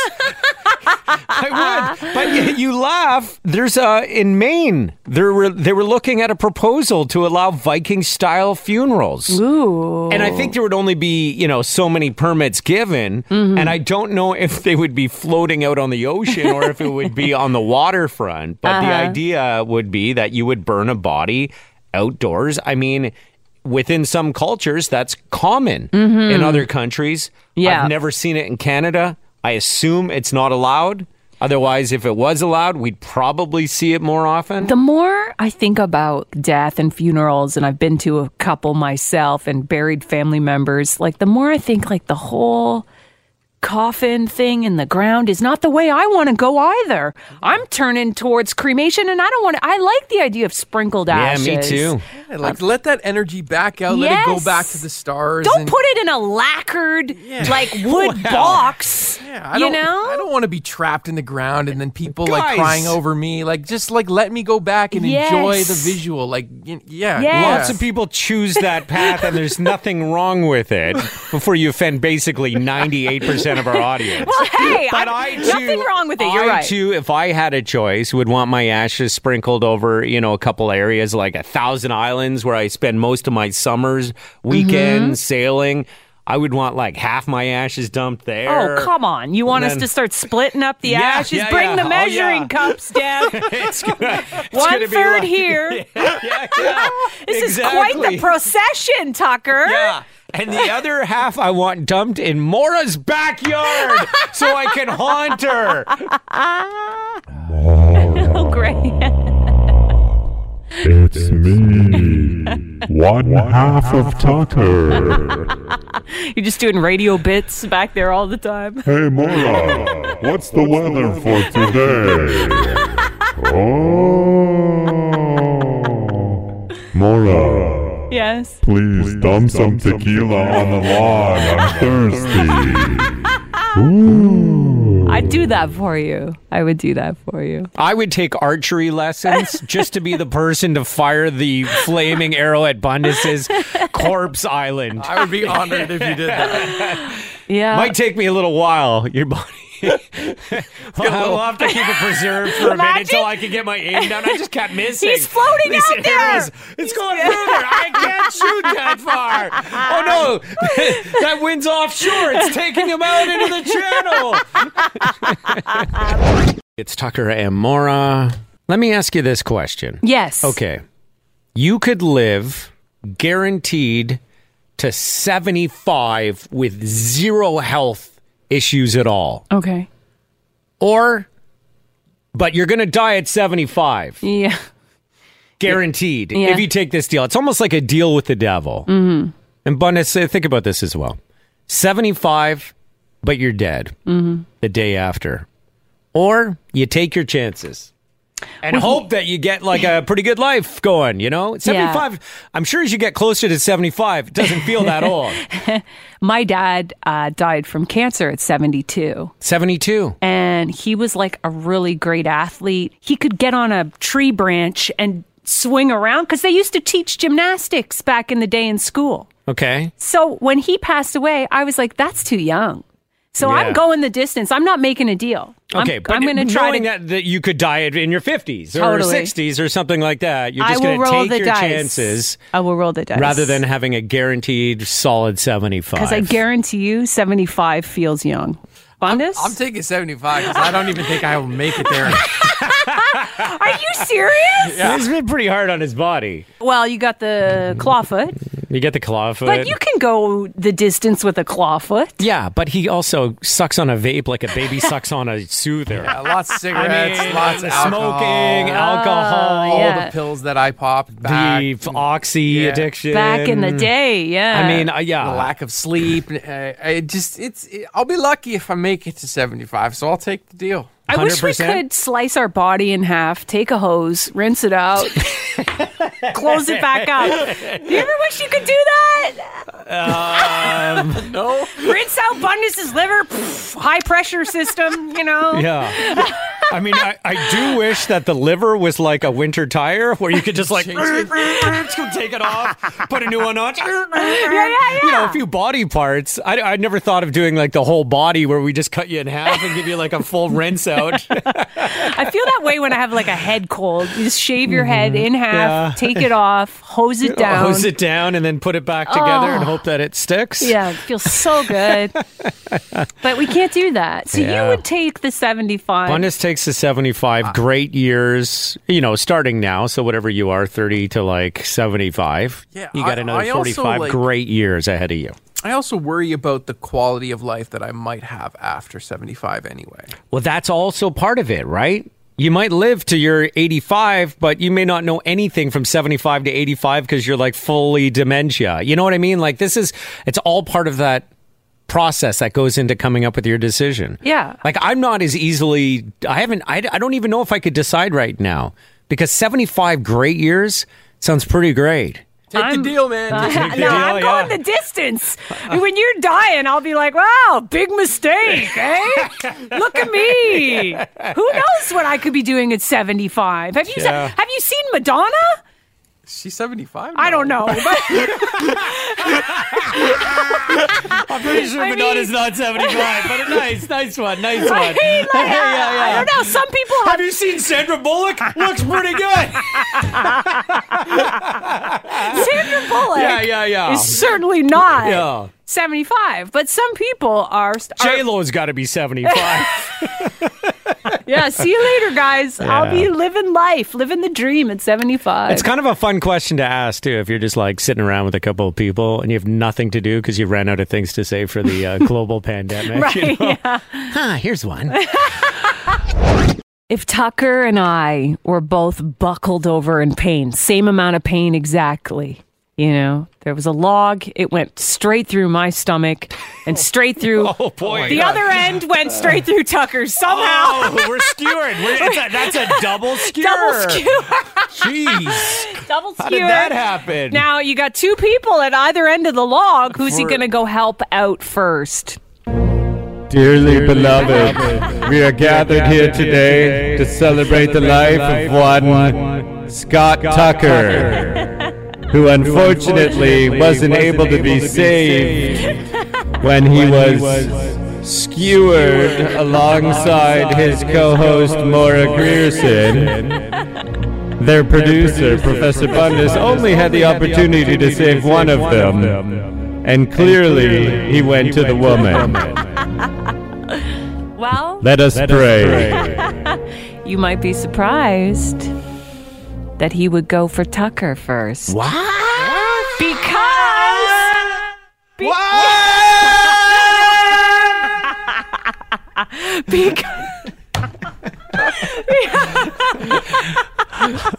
[SPEAKER 1] I would. But you, you laugh. There's a in Maine. There were they were looking at a proposal to allow Viking style funerals.
[SPEAKER 2] Ooh.
[SPEAKER 10] Oh.
[SPEAKER 1] And I think there would only be, you know, so many permits given.
[SPEAKER 10] Mm-hmm.
[SPEAKER 1] And I don't know if they would be floating out on the ocean or if it would be on the waterfront. But the
[SPEAKER 10] Uh-huh.
[SPEAKER 1] idea would be that you would burn a body outdoors. I mean, within some cultures, that's common
[SPEAKER 10] Mhm.
[SPEAKER 1] in other countries.
[SPEAKER 10] Yeah.
[SPEAKER 1] I've never seen it in Canada. I assume it's not allowed. Otherwise, if it was allowed, we'd probably see it more often.
[SPEAKER 2] The more I think about death and funerals, and I've been to a couple myself and buried family members, like the more I think, like the whole coffin thing in the ground is not the way I want to go either. I'm turning towards cremation, and I don't want to. I like the idea of sprinkled ashes.
[SPEAKER 3] Yeah, like let that energy back out. Let it go
[SPEAKER 2] Yes.
[SPEAKER 3] back to the stars.
[SPEAKER 2] Don't
[SPEAKER 3] and-
[SPEAKER 2] put it in a lacquered, like wood
[SPEAKER 3] Wow.
[SPEAKER 2] box.
[SPEAKER 3] Yeah, I
[SPEAKER 2] you
[SPEAKER 3] don't,
[SPEAKER 2] know.
[SPEAKER 3] I don't want to be trapped in the ground and then people
[SPEAKER 1] Guys.
[SPEAKER 3] like crying over me. Like, just like let me go back and enjoy the
[SPEAKER 1] Yes.
[SPEAKER 3] visual. Like, y- yeah,
[SPEAKER 1] Lots of people choose that path, and there's nothing wrong with it before you offend basically 98% of our audience.
[SPEAKER 2] Well, hey,
[SPEAKER 1] But
[SPEAKER 2] I,
[SPEAKER 1] I
[SPEAKER 2] nothing
[SPEAKER 1] too-
[SPEAKER 2] wrong with it. You're
[SPEAKER 1] I,
[SPEAKER 2] right.
[SPEAKER 1] too, if I had a choice, would want my ashes sprinkled over, you know, a couple areas like a thousand islands where I spend most of my summers,
[SPEAKER 2] Mm-hmm.
[SPEAKER 1] weekends, sailing. I would want like half my ashes dumped there.
[SPEAKER 2] Oh, come on. You want
[SPEAKER 1] And
[SPEAKER 2] us
[SPEAKER 1] then-
[SPEAKER 2] to start splitting up the
[SPEAKER 1] Yeah,
[SPEAKER 2] ashes?
[SPEAKER 1] yeah,
[SPEAKER 2] Bring
[SPEAKER 1] yeah.
[SPEAKER 2] the
[SPEAKER 1] Oh,
[SPEAKER 2] measuring
[SPEAKER 1] yeah.
[SPEAKER 2] cups, Deb.
[SPEAKER 1] It's gonna- it's
[SPEAKER 2] One
[SPEAKER 1] gonna be
[SPEAKER 2] third
[SPEAKER 1] like-
[SPEAKER 2] here. this is quite
[SPEAKER 1] exactly.
[SPEAKER 2] the procession, Tucker.
[SPEAKER 1] Yeah. And the other half I want dumped in Mora's backyard so I can haunt her.
[SPEAKER 2] oh, great.
[SPEAKER 5] It's me, one half of Tucker.
[SPEAKER 2] You're just doing radio bits back there all the time.
[SPEAKER 5] Hey, Mora, what's the weather for today? Oh, Mora,
[SPEAKER 2] Yes.
[SPEAKER 5] please dump some tequila on the lawn. I'm thirsty. Ooh.
[SPEAKER 2] I'd do that for you. I would do that for you.
[SPEAKER 1] I would take archery lessons just to be the person to fire the flaming arrow at Bundus's corpse island.
[SPEAKER 3] I would be honored if you did that.
[SPEAKER 2] Yeah.
[SPEAKER 1] Might take me a little while. Your body. we'll, we'll have to keep it preserved for a minute until I can get my aim down. I just kept missing.
[SPEAKER 10] He's floating
[SPEAKER 1] This
[SPEAKER 10] out there.
[SPEAKER 1] arrow is- It's going further. I can't shoot that far. Oh no, that wind's offshore. It's taking him out into the channel. it's Tucker and Mora. Let me ask you this question.
[SPEAKER 2] Yes.
[SPEAKER 1] Okay. You could live guaranteed to 75 with zero health issues at all.
[SPEAKER 2] Okay.
[SPEAKER 1] Or, but you're going to die at 75.
[SPEAKER 2] Yeah.
[SPEAKER 1] Guaranteed.
[SPEAKER 2] Yeah.
[SPEAKER 1] If you take this deal, it's almost like a deal with the devil.
[SPEAKER 2] Mm
[SPEAKER 1] And Bundes, uh, think about this as well 75, but you're dead
[SPEAKER 2] hmm. Mm
[SPEAKER 1] the day after. Or you take your chances and
[SPEAKER 10] Well,
[SPEAKER 1] hope that you get like a pretty good life going, you know? 75, I'm sure as you get closer to 75, it doesn't feel that old.
[SPEAKER 2] hmm. My dad uh, died from cancer at 72.
[SPEAKER 1] 72.
[SPEAKER 2] and he was like a really great athlete. He could get on a tree branch and swing around because they used to teach gymnastics back in the day in school.
[SPEAKER 1] Okay.
[SPEAKER 2] So when he passed away, I was like, that's too young. So
[SPEAKER 1] Yeah.
[SPEAKER 2] I'm going the distance. I'm not making a deal. I'm-
[SPEAKER 1] Okay,
[SPEAKER 2] I'm,
[SPEAKER 1] but
[SPEAKER 2] going to
[SPEAKER 1] knowing
[SPEAKER 2] try to.
[SPEAKER 1] that, that you could die in your 50s or
[SPEAKER 2] Totally.
[SPEAKER 1] 60s or something like that. You're
[SPEAKER 2] I
[SPEAKER 1] just
[SPEAKER 2] will
[SPEAKER 1] going to
[SPEAKER 2] roll
[SPEAKER 1] take
[SPEAKER 2] the
[SPEAKER 1] your
[SPEAKER 2] dice.
[SPEAKER 1] chances
[SPEAKER 2] I will roll the dice
[SPEAKER 1] rather than having a guaranteed solid 75.
[SPEAKER 2] because I guarantee you, seventy-five feels young. Bundus,
[SPEAKER 3] I'm taking 75 because I don't even think I will make it there.
[SPEAKER 2] are you serious?
[SPEAKER 1] He's been pretty hard on his body.
[SPEAKER 2] Well, you got the clawfoot.
[SPEAKER 1] You get the clawfoot.
[SPEAKER 2] But you can go the distance with a clawfoot.
[SPEAKER 1] yeah, but he also sucks on a vape like a baby sucks on a soother.
[SPEAKER 3] Yeah, lots of cigarettes, lots of alcohol,
[SPEAKER 1] smoking, alcohol,
[SPEAKER 3] all
[SPEAKER 2] Oh, yeah.
[SPEAKER 3] the pills that I popped back,
[SPEAKER 1] the f- oxy addiction.
[SPEAKER 2] Back in the day, yeah.
[SPEAKER 1] I mean, uh,
[SPEAKER 3] the
[SPEAKER 1] yeah.
[SPEAKER 3] lack of sleep. Uh, I just it's. I'll be lucky if I make it to seventy five, so I'll take the deal.
[SPEAKER 2] I wish we
[SPEAKER 1] 100%?
[SPEAKER 2] could slice our body in half, take a hose, rinse it out, close it back up. You ever wish you could do that?
[SPEAKER 1] Um,
[SPEAKER 3] No,
[SPEAKER 2] Rinse out Bundus's liver, pff, high pressure system, you know?
[SPEAKER 1] Yeah. I mean, I, I do wish that the liver was like a winter tire where you could just like take it off, put a new one on. You know, a few body parts. I, I never thought of doing like the whole body where we just cut you in half and give you like a full rinse out.
[SPEAKER 2] I feel that way when I have like a head cold. You just shave your head in half, take it off, hose it down.
[SPEAKER 1] Mm-hmm.
[SPEAKER 2] Oh.
[SPEAKER 1] Hose it down and then put it back together and hope that it sticks.
[SPEAKER 2] Yeah, it feels so good. but we can't do that. So
[SPEAKER 1] Yeah.
[SPEAKER 2] you would take the 75.
[SPEAKER 1] Bundes takes the
[SPEAKER 2] Ah.
[SPEAKER 1] 75 great years, you know, starting now. So whatever you are, 30 to like 75,
[SPEAKER 3] Yeah,
[SPEAKER 1] you got
[SPEAKER 3] I-
[SPEAKER 1] another
[SPEAKER 3] I also,
[SPEAKER 1] 45
[SPEAKER 3] like-
[SPEAKER 1] great years ahead of you.
[SPEAKER 3] I also worry about the quality of life that I might have after seventy five. Anyway,
[SPEAKER 1] Well, that's also part of it, right? You might live to your 85, but you may not know anything from 75 to 85 because you're like fully dementia. You know what I mean? Like this is, it's all part of that process that goes into coming up with your decision.
[SPEAKER 2] Yeah.
[SPEAKER 1] Like I'm not as easily, I haven't, I, I don't even know if I could decide right now because 75 great years sounds pretty great.
[SPEAKER 3] take the deal, man.
[SPEAKER 2] no, I'm going the distance. When you're dying, I'll be like, wow, big mistake, eh? Look at me. Who knows what I could be doing at 75? Have you, se-
[SPEAKER 1] Yeah.
[SPEAKER 2] have you seen Madonna?
[SPEAKER 3] She's seventy five.
[SPEAKER 2] I don't know. But
[SPEAKER 1] I'm pretty sure
[SPEAKER 2] I Madonna's mean-
[SPEAKER 1] not 75, but nice, nice one, nice
[SPEAKER 2] I, mean, like, I don't know. Some people have.
[SPEAKER 1] you seen Sandra Bullock? Looks pretty good.
[SPEAKER 2] Sandra Bullock
[SPEAKER 1] Yeah, yeah, yeah.
[SPEAKER 2] is certainly not
[SPEAKER 1] Yeah.
[SPEAKER 2] 75, but some people are. st- are
[SPEAKER 1] J Lo's got to be seventy five.
[SPEAKER 2] yeah, see you later, guys. I'll be living life, living the dream at 75.
[SPEAKER 1] it's kind of a fun question to ask too. If you're just like sitting around with a couple of people and you have nothing to do because you ran out of things to say for the uh, global pandemic,
[SPEAKER 2] Right,
[SPEAKER 1] you know?
[SPEAKER 2] yeah.
[SPEAKER 1] Huh, here's one.
[SPEAKER 2] If Tucker and I were both buckled over in pain, same amount of pain exactly, you know, there was a log, it went straight through my stomach and straight through.
[SPEAKER 1] Oh, boy.
[SPEAKER 2] The
[SPEAKER 1] God.
[SPEAKER 2] other end went straight through Tucker's somehow.
[SPEAKER 1] Oh, we're skewered. We're, it's a, that's a double skewer.
[SPEAKER 2] Double skewer.
[SPEAKER 1] Jeez,
[SPEAKER 2] Double skewer.
[SPEAKER 1] how did that happen?
[SPEAKER 2] Now you got two people at either end of the log. Who's he going to go help out first?
[SPEAKER 5] Dearly beloved, we are gathered here today to celebrate the life of one Scott Tucker, who unfortunately wasn't able to be saved when he was skewered alongside his co-host Maura Grierson. Their producer, Professor Bundes, only had the opportunity to save one of them, and clearly he went to the woman.
[SPEAKER 2] Well,
[SPEAKER 5] Let us pray.
[SPEAKER 2] you might be surprised that he would go for Tucker first. What? Because. Because.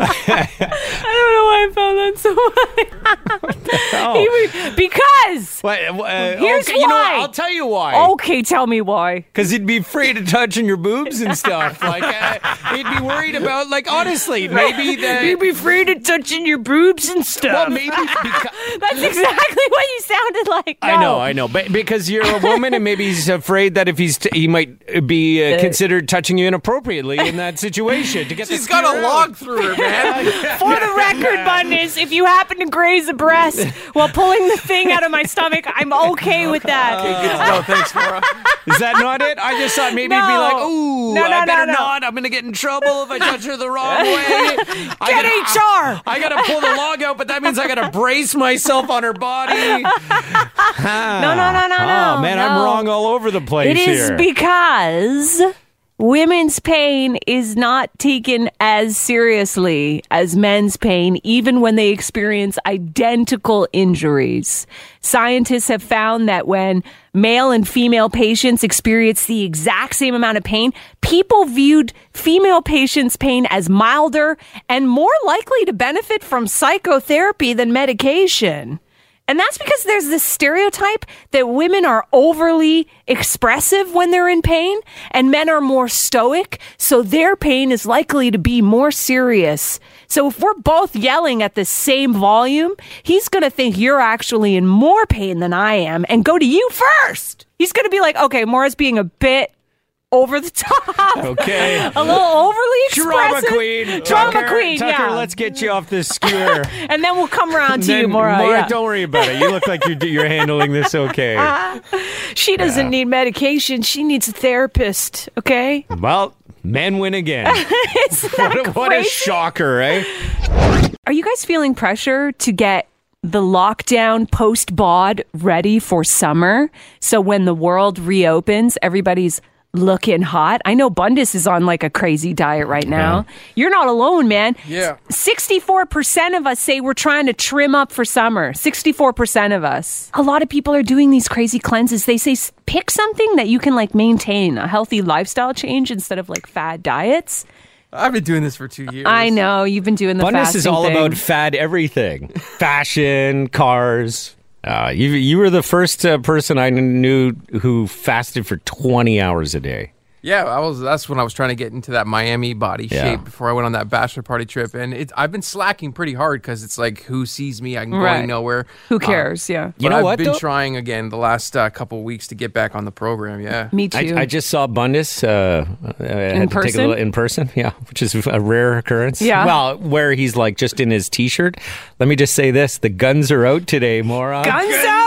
[SPEAKER 2] I don't know why I found that so funny. He would- because.
[SPEAKER 1] Wait, uh,
[SPEAKER 2] Here's
[SPEAKER 1] okay, You know what?
[SPEAKER 2] why. Oh.
[SPEAKER 1] I'll tell you why.
[SPEAKER 2] Okay, tell me why.
[SPEAKER 1] Because he'd be afraid of touching your boobs and stuff. Like, uh, he'd be worried about, like, honestly, maybe
[SPEAKER 2] You'd
[SPEAKER 1] the.
[SPEAKER 2] be afraid of touching your boobs and
[SPEAKER 1] Well,
[SPEAKER 2] stuff.
[SPEAKER 1] maybe because.
[SPEAKER 2] That's exactly what you sounded like.
[SPEAKER 1] I know,
[SPEAKER 2] No.
[SPEAKER 1] I know, but because you're a woman, and maybe he's afraid that if he's t- he might be uh, considered touching you inappropriately in that situation to get. the
[SPEAKER 3] She's got
[SPEAKER 1] skewer
[SPEAKER 3] a
[SPEAKER 1] out.
[SPEAKER 3] log through her, man.
[SPEAKER 2] For the record, Bundes, if you happen to graze a breast while pulling the thing out of my stomach, I'm okay with that.
[SPEAKER 3] no, thanks, Maura.
[SPEAKER 1] Is that not it? I just thought maybe it'd be
[SPEAKER 2] No.
[SPEAKER 1] like, ooh,
[SPEAKER 2] No, no,
[SPEAKER 1] I
[SPEAKER 2] no,
[SPEAKER 1] better
[SPEAKER 2] no.
[SPEAKER 1] not. I'm gonna get in trouble if I touch her the wrong way. I
[SPEAKER 2] Get
[SPEAKER 1] gotta-
[SPEAKER 2] HR.
[SPEAKER 1] I gotta pull the log out, but that means I gotta brace myself on her body.
[SPEAKER 2] No, no, no, no,
[SPEAKER 1] Oh
[SPEAKER 2] no,
[SPEAKER 1] man,
[SPEAKER 2] no.
[SPEAKER 1] I'm wrong all over the place
[SPEAKER 2] It is
[SPEAKER 1] here.
[SPEAKER 2] because women's pain is not taken as seriously as men's pain, even when they experience identical injuries. Scientists have found that when male and female patients experience the exact same amount of pain, people viewed female patients' pain as milder and more likely to benefit from psychotherapy than medication. And that's because there's this stereotype that women are overly expressive when they're in pain and men are more stoic. So their pain is likely to be more serious. So if we're both yelling at the same volume, he's going to think you're actually in more pain than I am and go to you first. He's going to be like, okay, Maura's being a bit over the top.
[SPEAKER 1] Okay.
[SPEAKER 2] a little overly
[SPEAKER 1] Oh, Drama
[SPEAKER 2] expressive.
[SPEAKER 1] queen.
[SPEAKER 2] Drama
[SPEAKER 1] Tucker,
[SPEAKER 2] queen.
[SPEAKER 1] Tucker,
[SPEAKER 2] yeah.
[SPEAKER 1] let's get you off this skewer.
[SPEAKER 2] and then we'll come around to you,
[SPEAKER 1] Then,
[SPEAKER 2] Maura. yeah.
[SPEAKER 1] don't worry about it. You look like you're, you're handling this okay.
[SPEAKER 2] She doesn't need medication. She needs a therapist. Okay.
[SPEAKER 1] Well, men win again.
[SPEAKER 2] Isn't that
[SPEAKER 1] what, a, what a
[SPEAKER 2] crazy?
[SPEAKER 1] shocker, eh?
[SPEAKER 2] Are you guys feeling pressure to get the lockdown post bod ready for summer? So when the world reopens, everybody's looking hot. I know Bundus is on like a crazy diet right now. You're not alone, man.
[SPEAKER 3] Yeah.
[SPEAKER 2] 64% of us say we're trying to trim up for summer. 64% of us. A lot of people are doing these crazy cleanses. They say s- pick something that you can like maintain, a healthy lifestyle change instead of like fad diets.
[SPEAKER 3] I've been doing this for two years.
[SPEAKER 2] I know you've been doing the
[SPEAKER 1] Funness
[SPEAKER 2] fasting
[SPEAKER 1] is all
[SPEAKER 2] thing.
[SPEAKER 1] about fad everything, fashion, cars. Uh, you you were the first uh, person I knew who fasted for twenty hours a day.
[SPEAKER 3] Yeah, I was. That's when I was trying to get into that Miami body
[SPEAKER 1] Yeah.
[SPEAKER 3] shape before I went on that bachelor party trip, and it, I've been slacking pretty hard because it's like who sees me? I'm
[SPEAKER 2] Right.
[SPEAKER 3] going nowhere.
[SPEAKER 2] Who
[SPEAKER 1] uh,
[SPEAKER 3] Um,
[SPEAKER 2] cares? yeah.
[SPEAKER 1] You
[SPEAKER 3] but
[SPEAKER 1] know
[SPEAKER 3] I've
[SPEAKER 1] what,
[SPEAKER 3] been
[SPEAKER 1] though?
[SPEAKER 3] trying again the last uh, couple weeks to get back on the program. Yeah,
[SPEAKER 2] Me too.
[SPEAKER 1] I, I just saw Bundus uh, I had
[SPEAKER 2] In
[SPEAKER 1] To take a
[SPEAKER 2] person?
[SPEAKER 1] little, in person, yeah, which is a rare occurrence.
[SPEAKER 2] Yeah.
[SPEAKER 1] Well, where he's like just in his t-shirt. Let me just say this: the guns are out today, moron.
[SPEAKER 2] Guns out.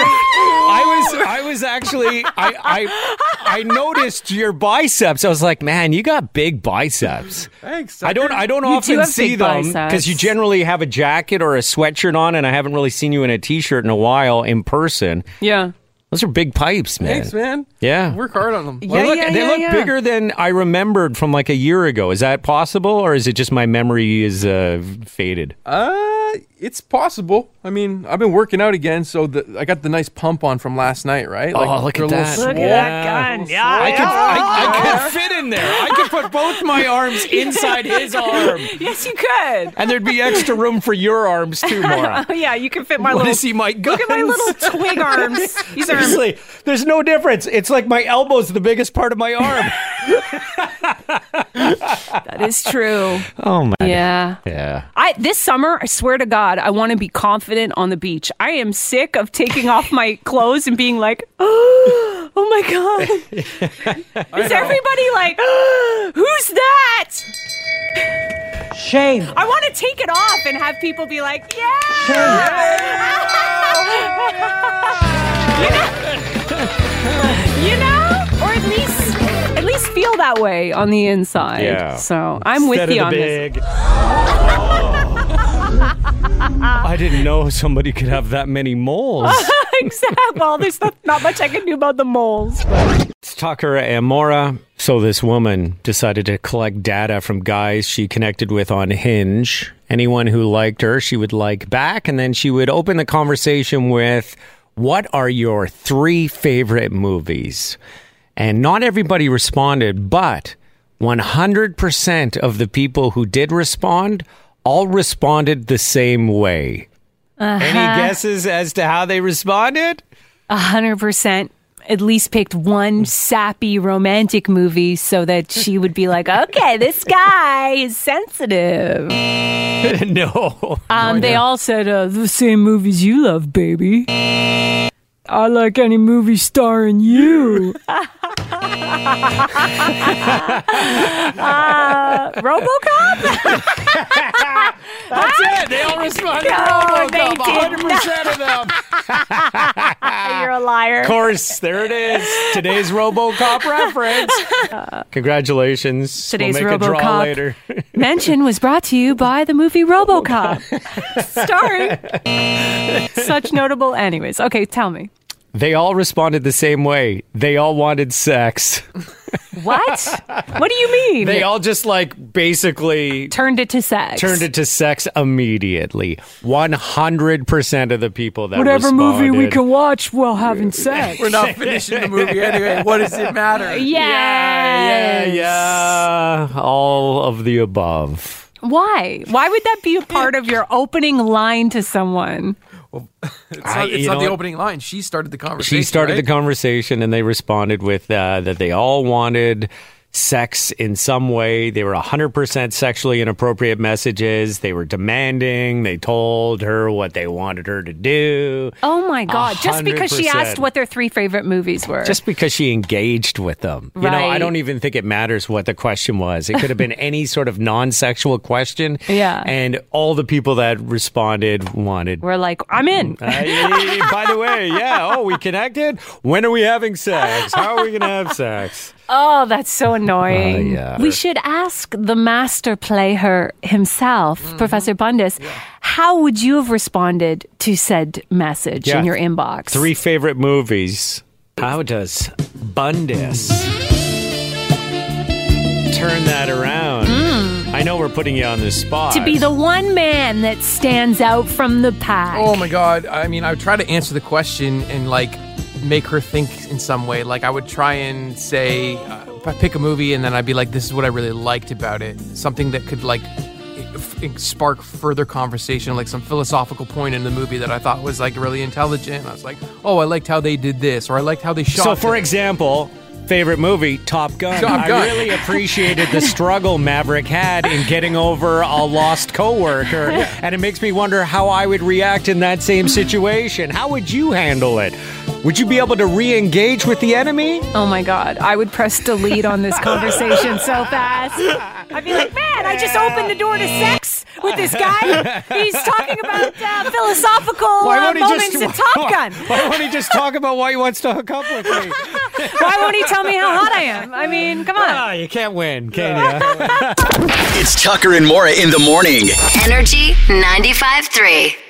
[SPEAKER 1] I was I was actually I I I noticed your biceps. I was like, man, you got big biceps.
[SPEAKER 3] thanks.
[SPEAKER 1] I don't I don't
[SPEAKER 2] You do
[SPEAKER 1] often
[SPEAKER 2] have
[SPEAKER 1] see
[SPEAKER 2] big
[SPEAKER 1] them
[SPEAKER 2] biceps.
[SPEAKER 1] because you generally have a jacket or a sweatshirt on, and I haven't really seen you in a t-shirt in a while in person.
[SPEAKER 2] Yeah.
[SPEAKER 1] Those are big pipes, man.
[SPEAKER 3] Thanks, man.
[SPEAKER 1] Yeah.
[SPEAKER 3] work hard on them.
[SPEAKER 1] They
[SPEAKER 2] Yeah,
[SPEAKER 1] look,
[SPEAKER 2] yeah,
[SPEAKER 1] they
[SPEAKER 2] yeah,
[SPEAKER 1] look
[SPEAKER 2] yeah.
[SPEAKER 1] bigger than I remembered from like a year ago. Is that possible, or is it just my memory is uh, faded?
[SPEAKER 3] Uh, it's possible. I mean, I've been working out again, so the, I got the nice pump on from last night, right?
[SPEAKER 1] oh, look
[SPEAKER 3] they're a
[SPEAKER 1] at
[SPEAKER 3] little
[SPEAKER 1] that!
[SPEAKER 3] swole.
[SPEAKER 2] Look at that gun. Yeah.
[SPEAKER 1] I could, I, I could fit in there. I could put both my arms inside his arm.
[SPEAKER 2] Yes, you could.
[SPEAKER 1] And there'd be extra room for your arms too, Maura.
[SPEAKER 2] Oh, yeah, you can fit my
[SPEAKER 1] Want
[SPEAKER 2] little.
[SPEAKER 1] to see my guns?
[SPEAKER 2] look at my little twig arms. These are.
[SPEAKER 1] Seriously, there's no difference. It's like my elbow's the biggest part of my arm.
[SPEAKER 2] That is true.
[SPEAKER 1] oh my.
[SPEAKER 2] Yeah.
[SPEAKER 1] Yeah.
[SPEAKER 2] I this summer, I swear to God, I want to be confident on the beach. I am sick of taking off my clothes and being like, oh, my god. Is everybody like, who's that? Shame. I want to take it off and have people be like, yeah. you know, you know, or at least at least feel that way on the inside.
[SPEAKER 1] Yeah.
[SPEAKER 2] So I'm with you on this. Oh.
[SPEAKER 1] I didn't know somebody could have that many moles.
[SPEAKER 2] exactly. Well, there's not, not much I can do about the moles.
[SPEAKER 1] It's Tucker and Mora. So this woman decided to collect data from guys she connected with on Hinge. Anyone who liked her, she would like back, and then she would open the conversation with, "What are your three favorite movies?" And not everybody responded, but 100% of the people who did respond all responded the same way. Any guesses as to how they responded?
[SPEAKER 2] hundred percent. At least picked one sappy romantic movie so that she would be like, okay, this guy is sensitive.
[SPEAKER 1] no.
[SPEAKER 2] Um, they all said uh, the same movies you love, baby. I like any movie starring you. uh, RoboCop?
[SPEAKER 1] That's it. They all responded.
[SPEAKER 2] No, they did
[SPEAKER 1] 100% of them.
[SPEAKER 2] You're a liar.
[SPEAKER 1] Of course, there it is. Today's RoboCop reference. Congratulations.
[SPEAKER 2] Today's
[SPEAKER 1] we'll make a draw
[SPEAKER 2] RoboCop.
[SPEAKER 1] later.
[SPEAKER 2] Mention was brought to you by the movie RoboCop, starring such notable. Anyways, okay, tell me.
[SPEAKER 1] They all responded the same way. They all wanted sex.
[SPEAKER 2] What? what do you mean?
[SPEAKER 1] They all just like basically
[SPEAKER 2] turned it to sex.
[SPEAKER 1] turned it to sex immediately. 100% of the people that
[SPEAKER 2] Whatever movie we
[SPEAKER 1] responded-
[SPEAKER 2] can watch while having sex.
[SPEAKER 3] We're not finishing the movie anyway. What does it matter?
[SPEAKER 1] Yeah,
[SPEAKER 2] Yes.
[SPEAKER 1] yeah. All of the above.
[SPEAKER 2] Why? Why would that be a part of your opening line to someone?
[SPEAKER 3] It's
[SPEAKER 1] I-
[SPEAKER 3] not, it's
[SPEAKER 1] you
[SPEAKER 3] not
[SPEAKER 1] know
[SPEAKER 3] the
[SPEAKER 1] what?
[SPEAKER 3] opening line. She started the conversation.
[SPEAKER 1] She started
[SPEAKER 3] right?
[SPEAKER 1] the conversation, and they responded with uh, that they all wanted sex in some way. They were 100% sexually inappropriate messages. They were demanding. They told her what they wanted her to do.
[SPEAKER 2] Oh my God. Just because she
[SPEAKER 1] 100%.
[SPEAKER 2] asked what their three favorite movies were.
[SPEAKER 1] Just because she engaged with them. You know, I
[SPEAKER 2] Right.
[SPEAKER 1] don't even think it matters what the question was. It could have been any sort of non sexual question.
[SPEAKER 2] Yeah.
[SPEAKER 1] And all the people that responded wanted.
[SPEAKER 2] we're like, I'm in.
[SPEAKER 1] Uh, by the way, yeah. Oh, we connected. When are we having sex? How are we gonna have sex?
[SPEAKER 2] Oh, that's so annoying.
[SPEAKER 1] Uh, yeah.
[SPEAKER 2] We should ask the master player himself,
[SPEAKER 1] Mm-hmm.
[SPEAKER 2] Professor Bundes, how would you have responded to said message
[SPEAKER 1] Yeah.
[SPEAKER 2] in your inbox?
[SPEAKER 1] Three favorite movies. How does Bundes turn that around? I know we're putting you on the spot.
[SPEAKER 2] Hmm. To be the one man that stands out from the pack.
[SPEAKER 3] Oh my god! I mean, I would try to answer the question and like make her think in some way. Like I would try and say, uh, if I pick a movie and then I'd be like, "This is what I really liked about it." Something that could like f- f- spark further conversation, like some philosophical point in the movie that I thought was like really intelligent. I was like, "Oh, I liked how they did this," or "I liked how they shot."
[SPEAKER 1] so, for
[SPEAKER 3] this.
[SPEAKER 1] example. Favorite movie, Top Gun.
[SPEAKER 3] Top Gun.
[SPEAKER 1] I really appreciated the struggle Maverick had in getting over a lost coworker, and it makes me wonder how I would react in that same situation. How would you handle it? Would you be able to re-engage with the enemy?
[SPEAKER 2] Oh my God. I would press delete on this conversation so fast. I'd be like, man, I just opened the door to sex with this guy. He's talking about uh, philosophical uh, moments in Top Gun.
[SPEAKER 1] Why, why won't he just talk about why he wants to hook up with me?
[SPEAKER 2] Why won't he tell me how hot I am? I mean, come on.
[SPEAKER 1] Ah, you can't win, can you?
[SPEAKER 10] It's Tucker and Mora in the morning.
[SPEAKER 11] Energy 95.3.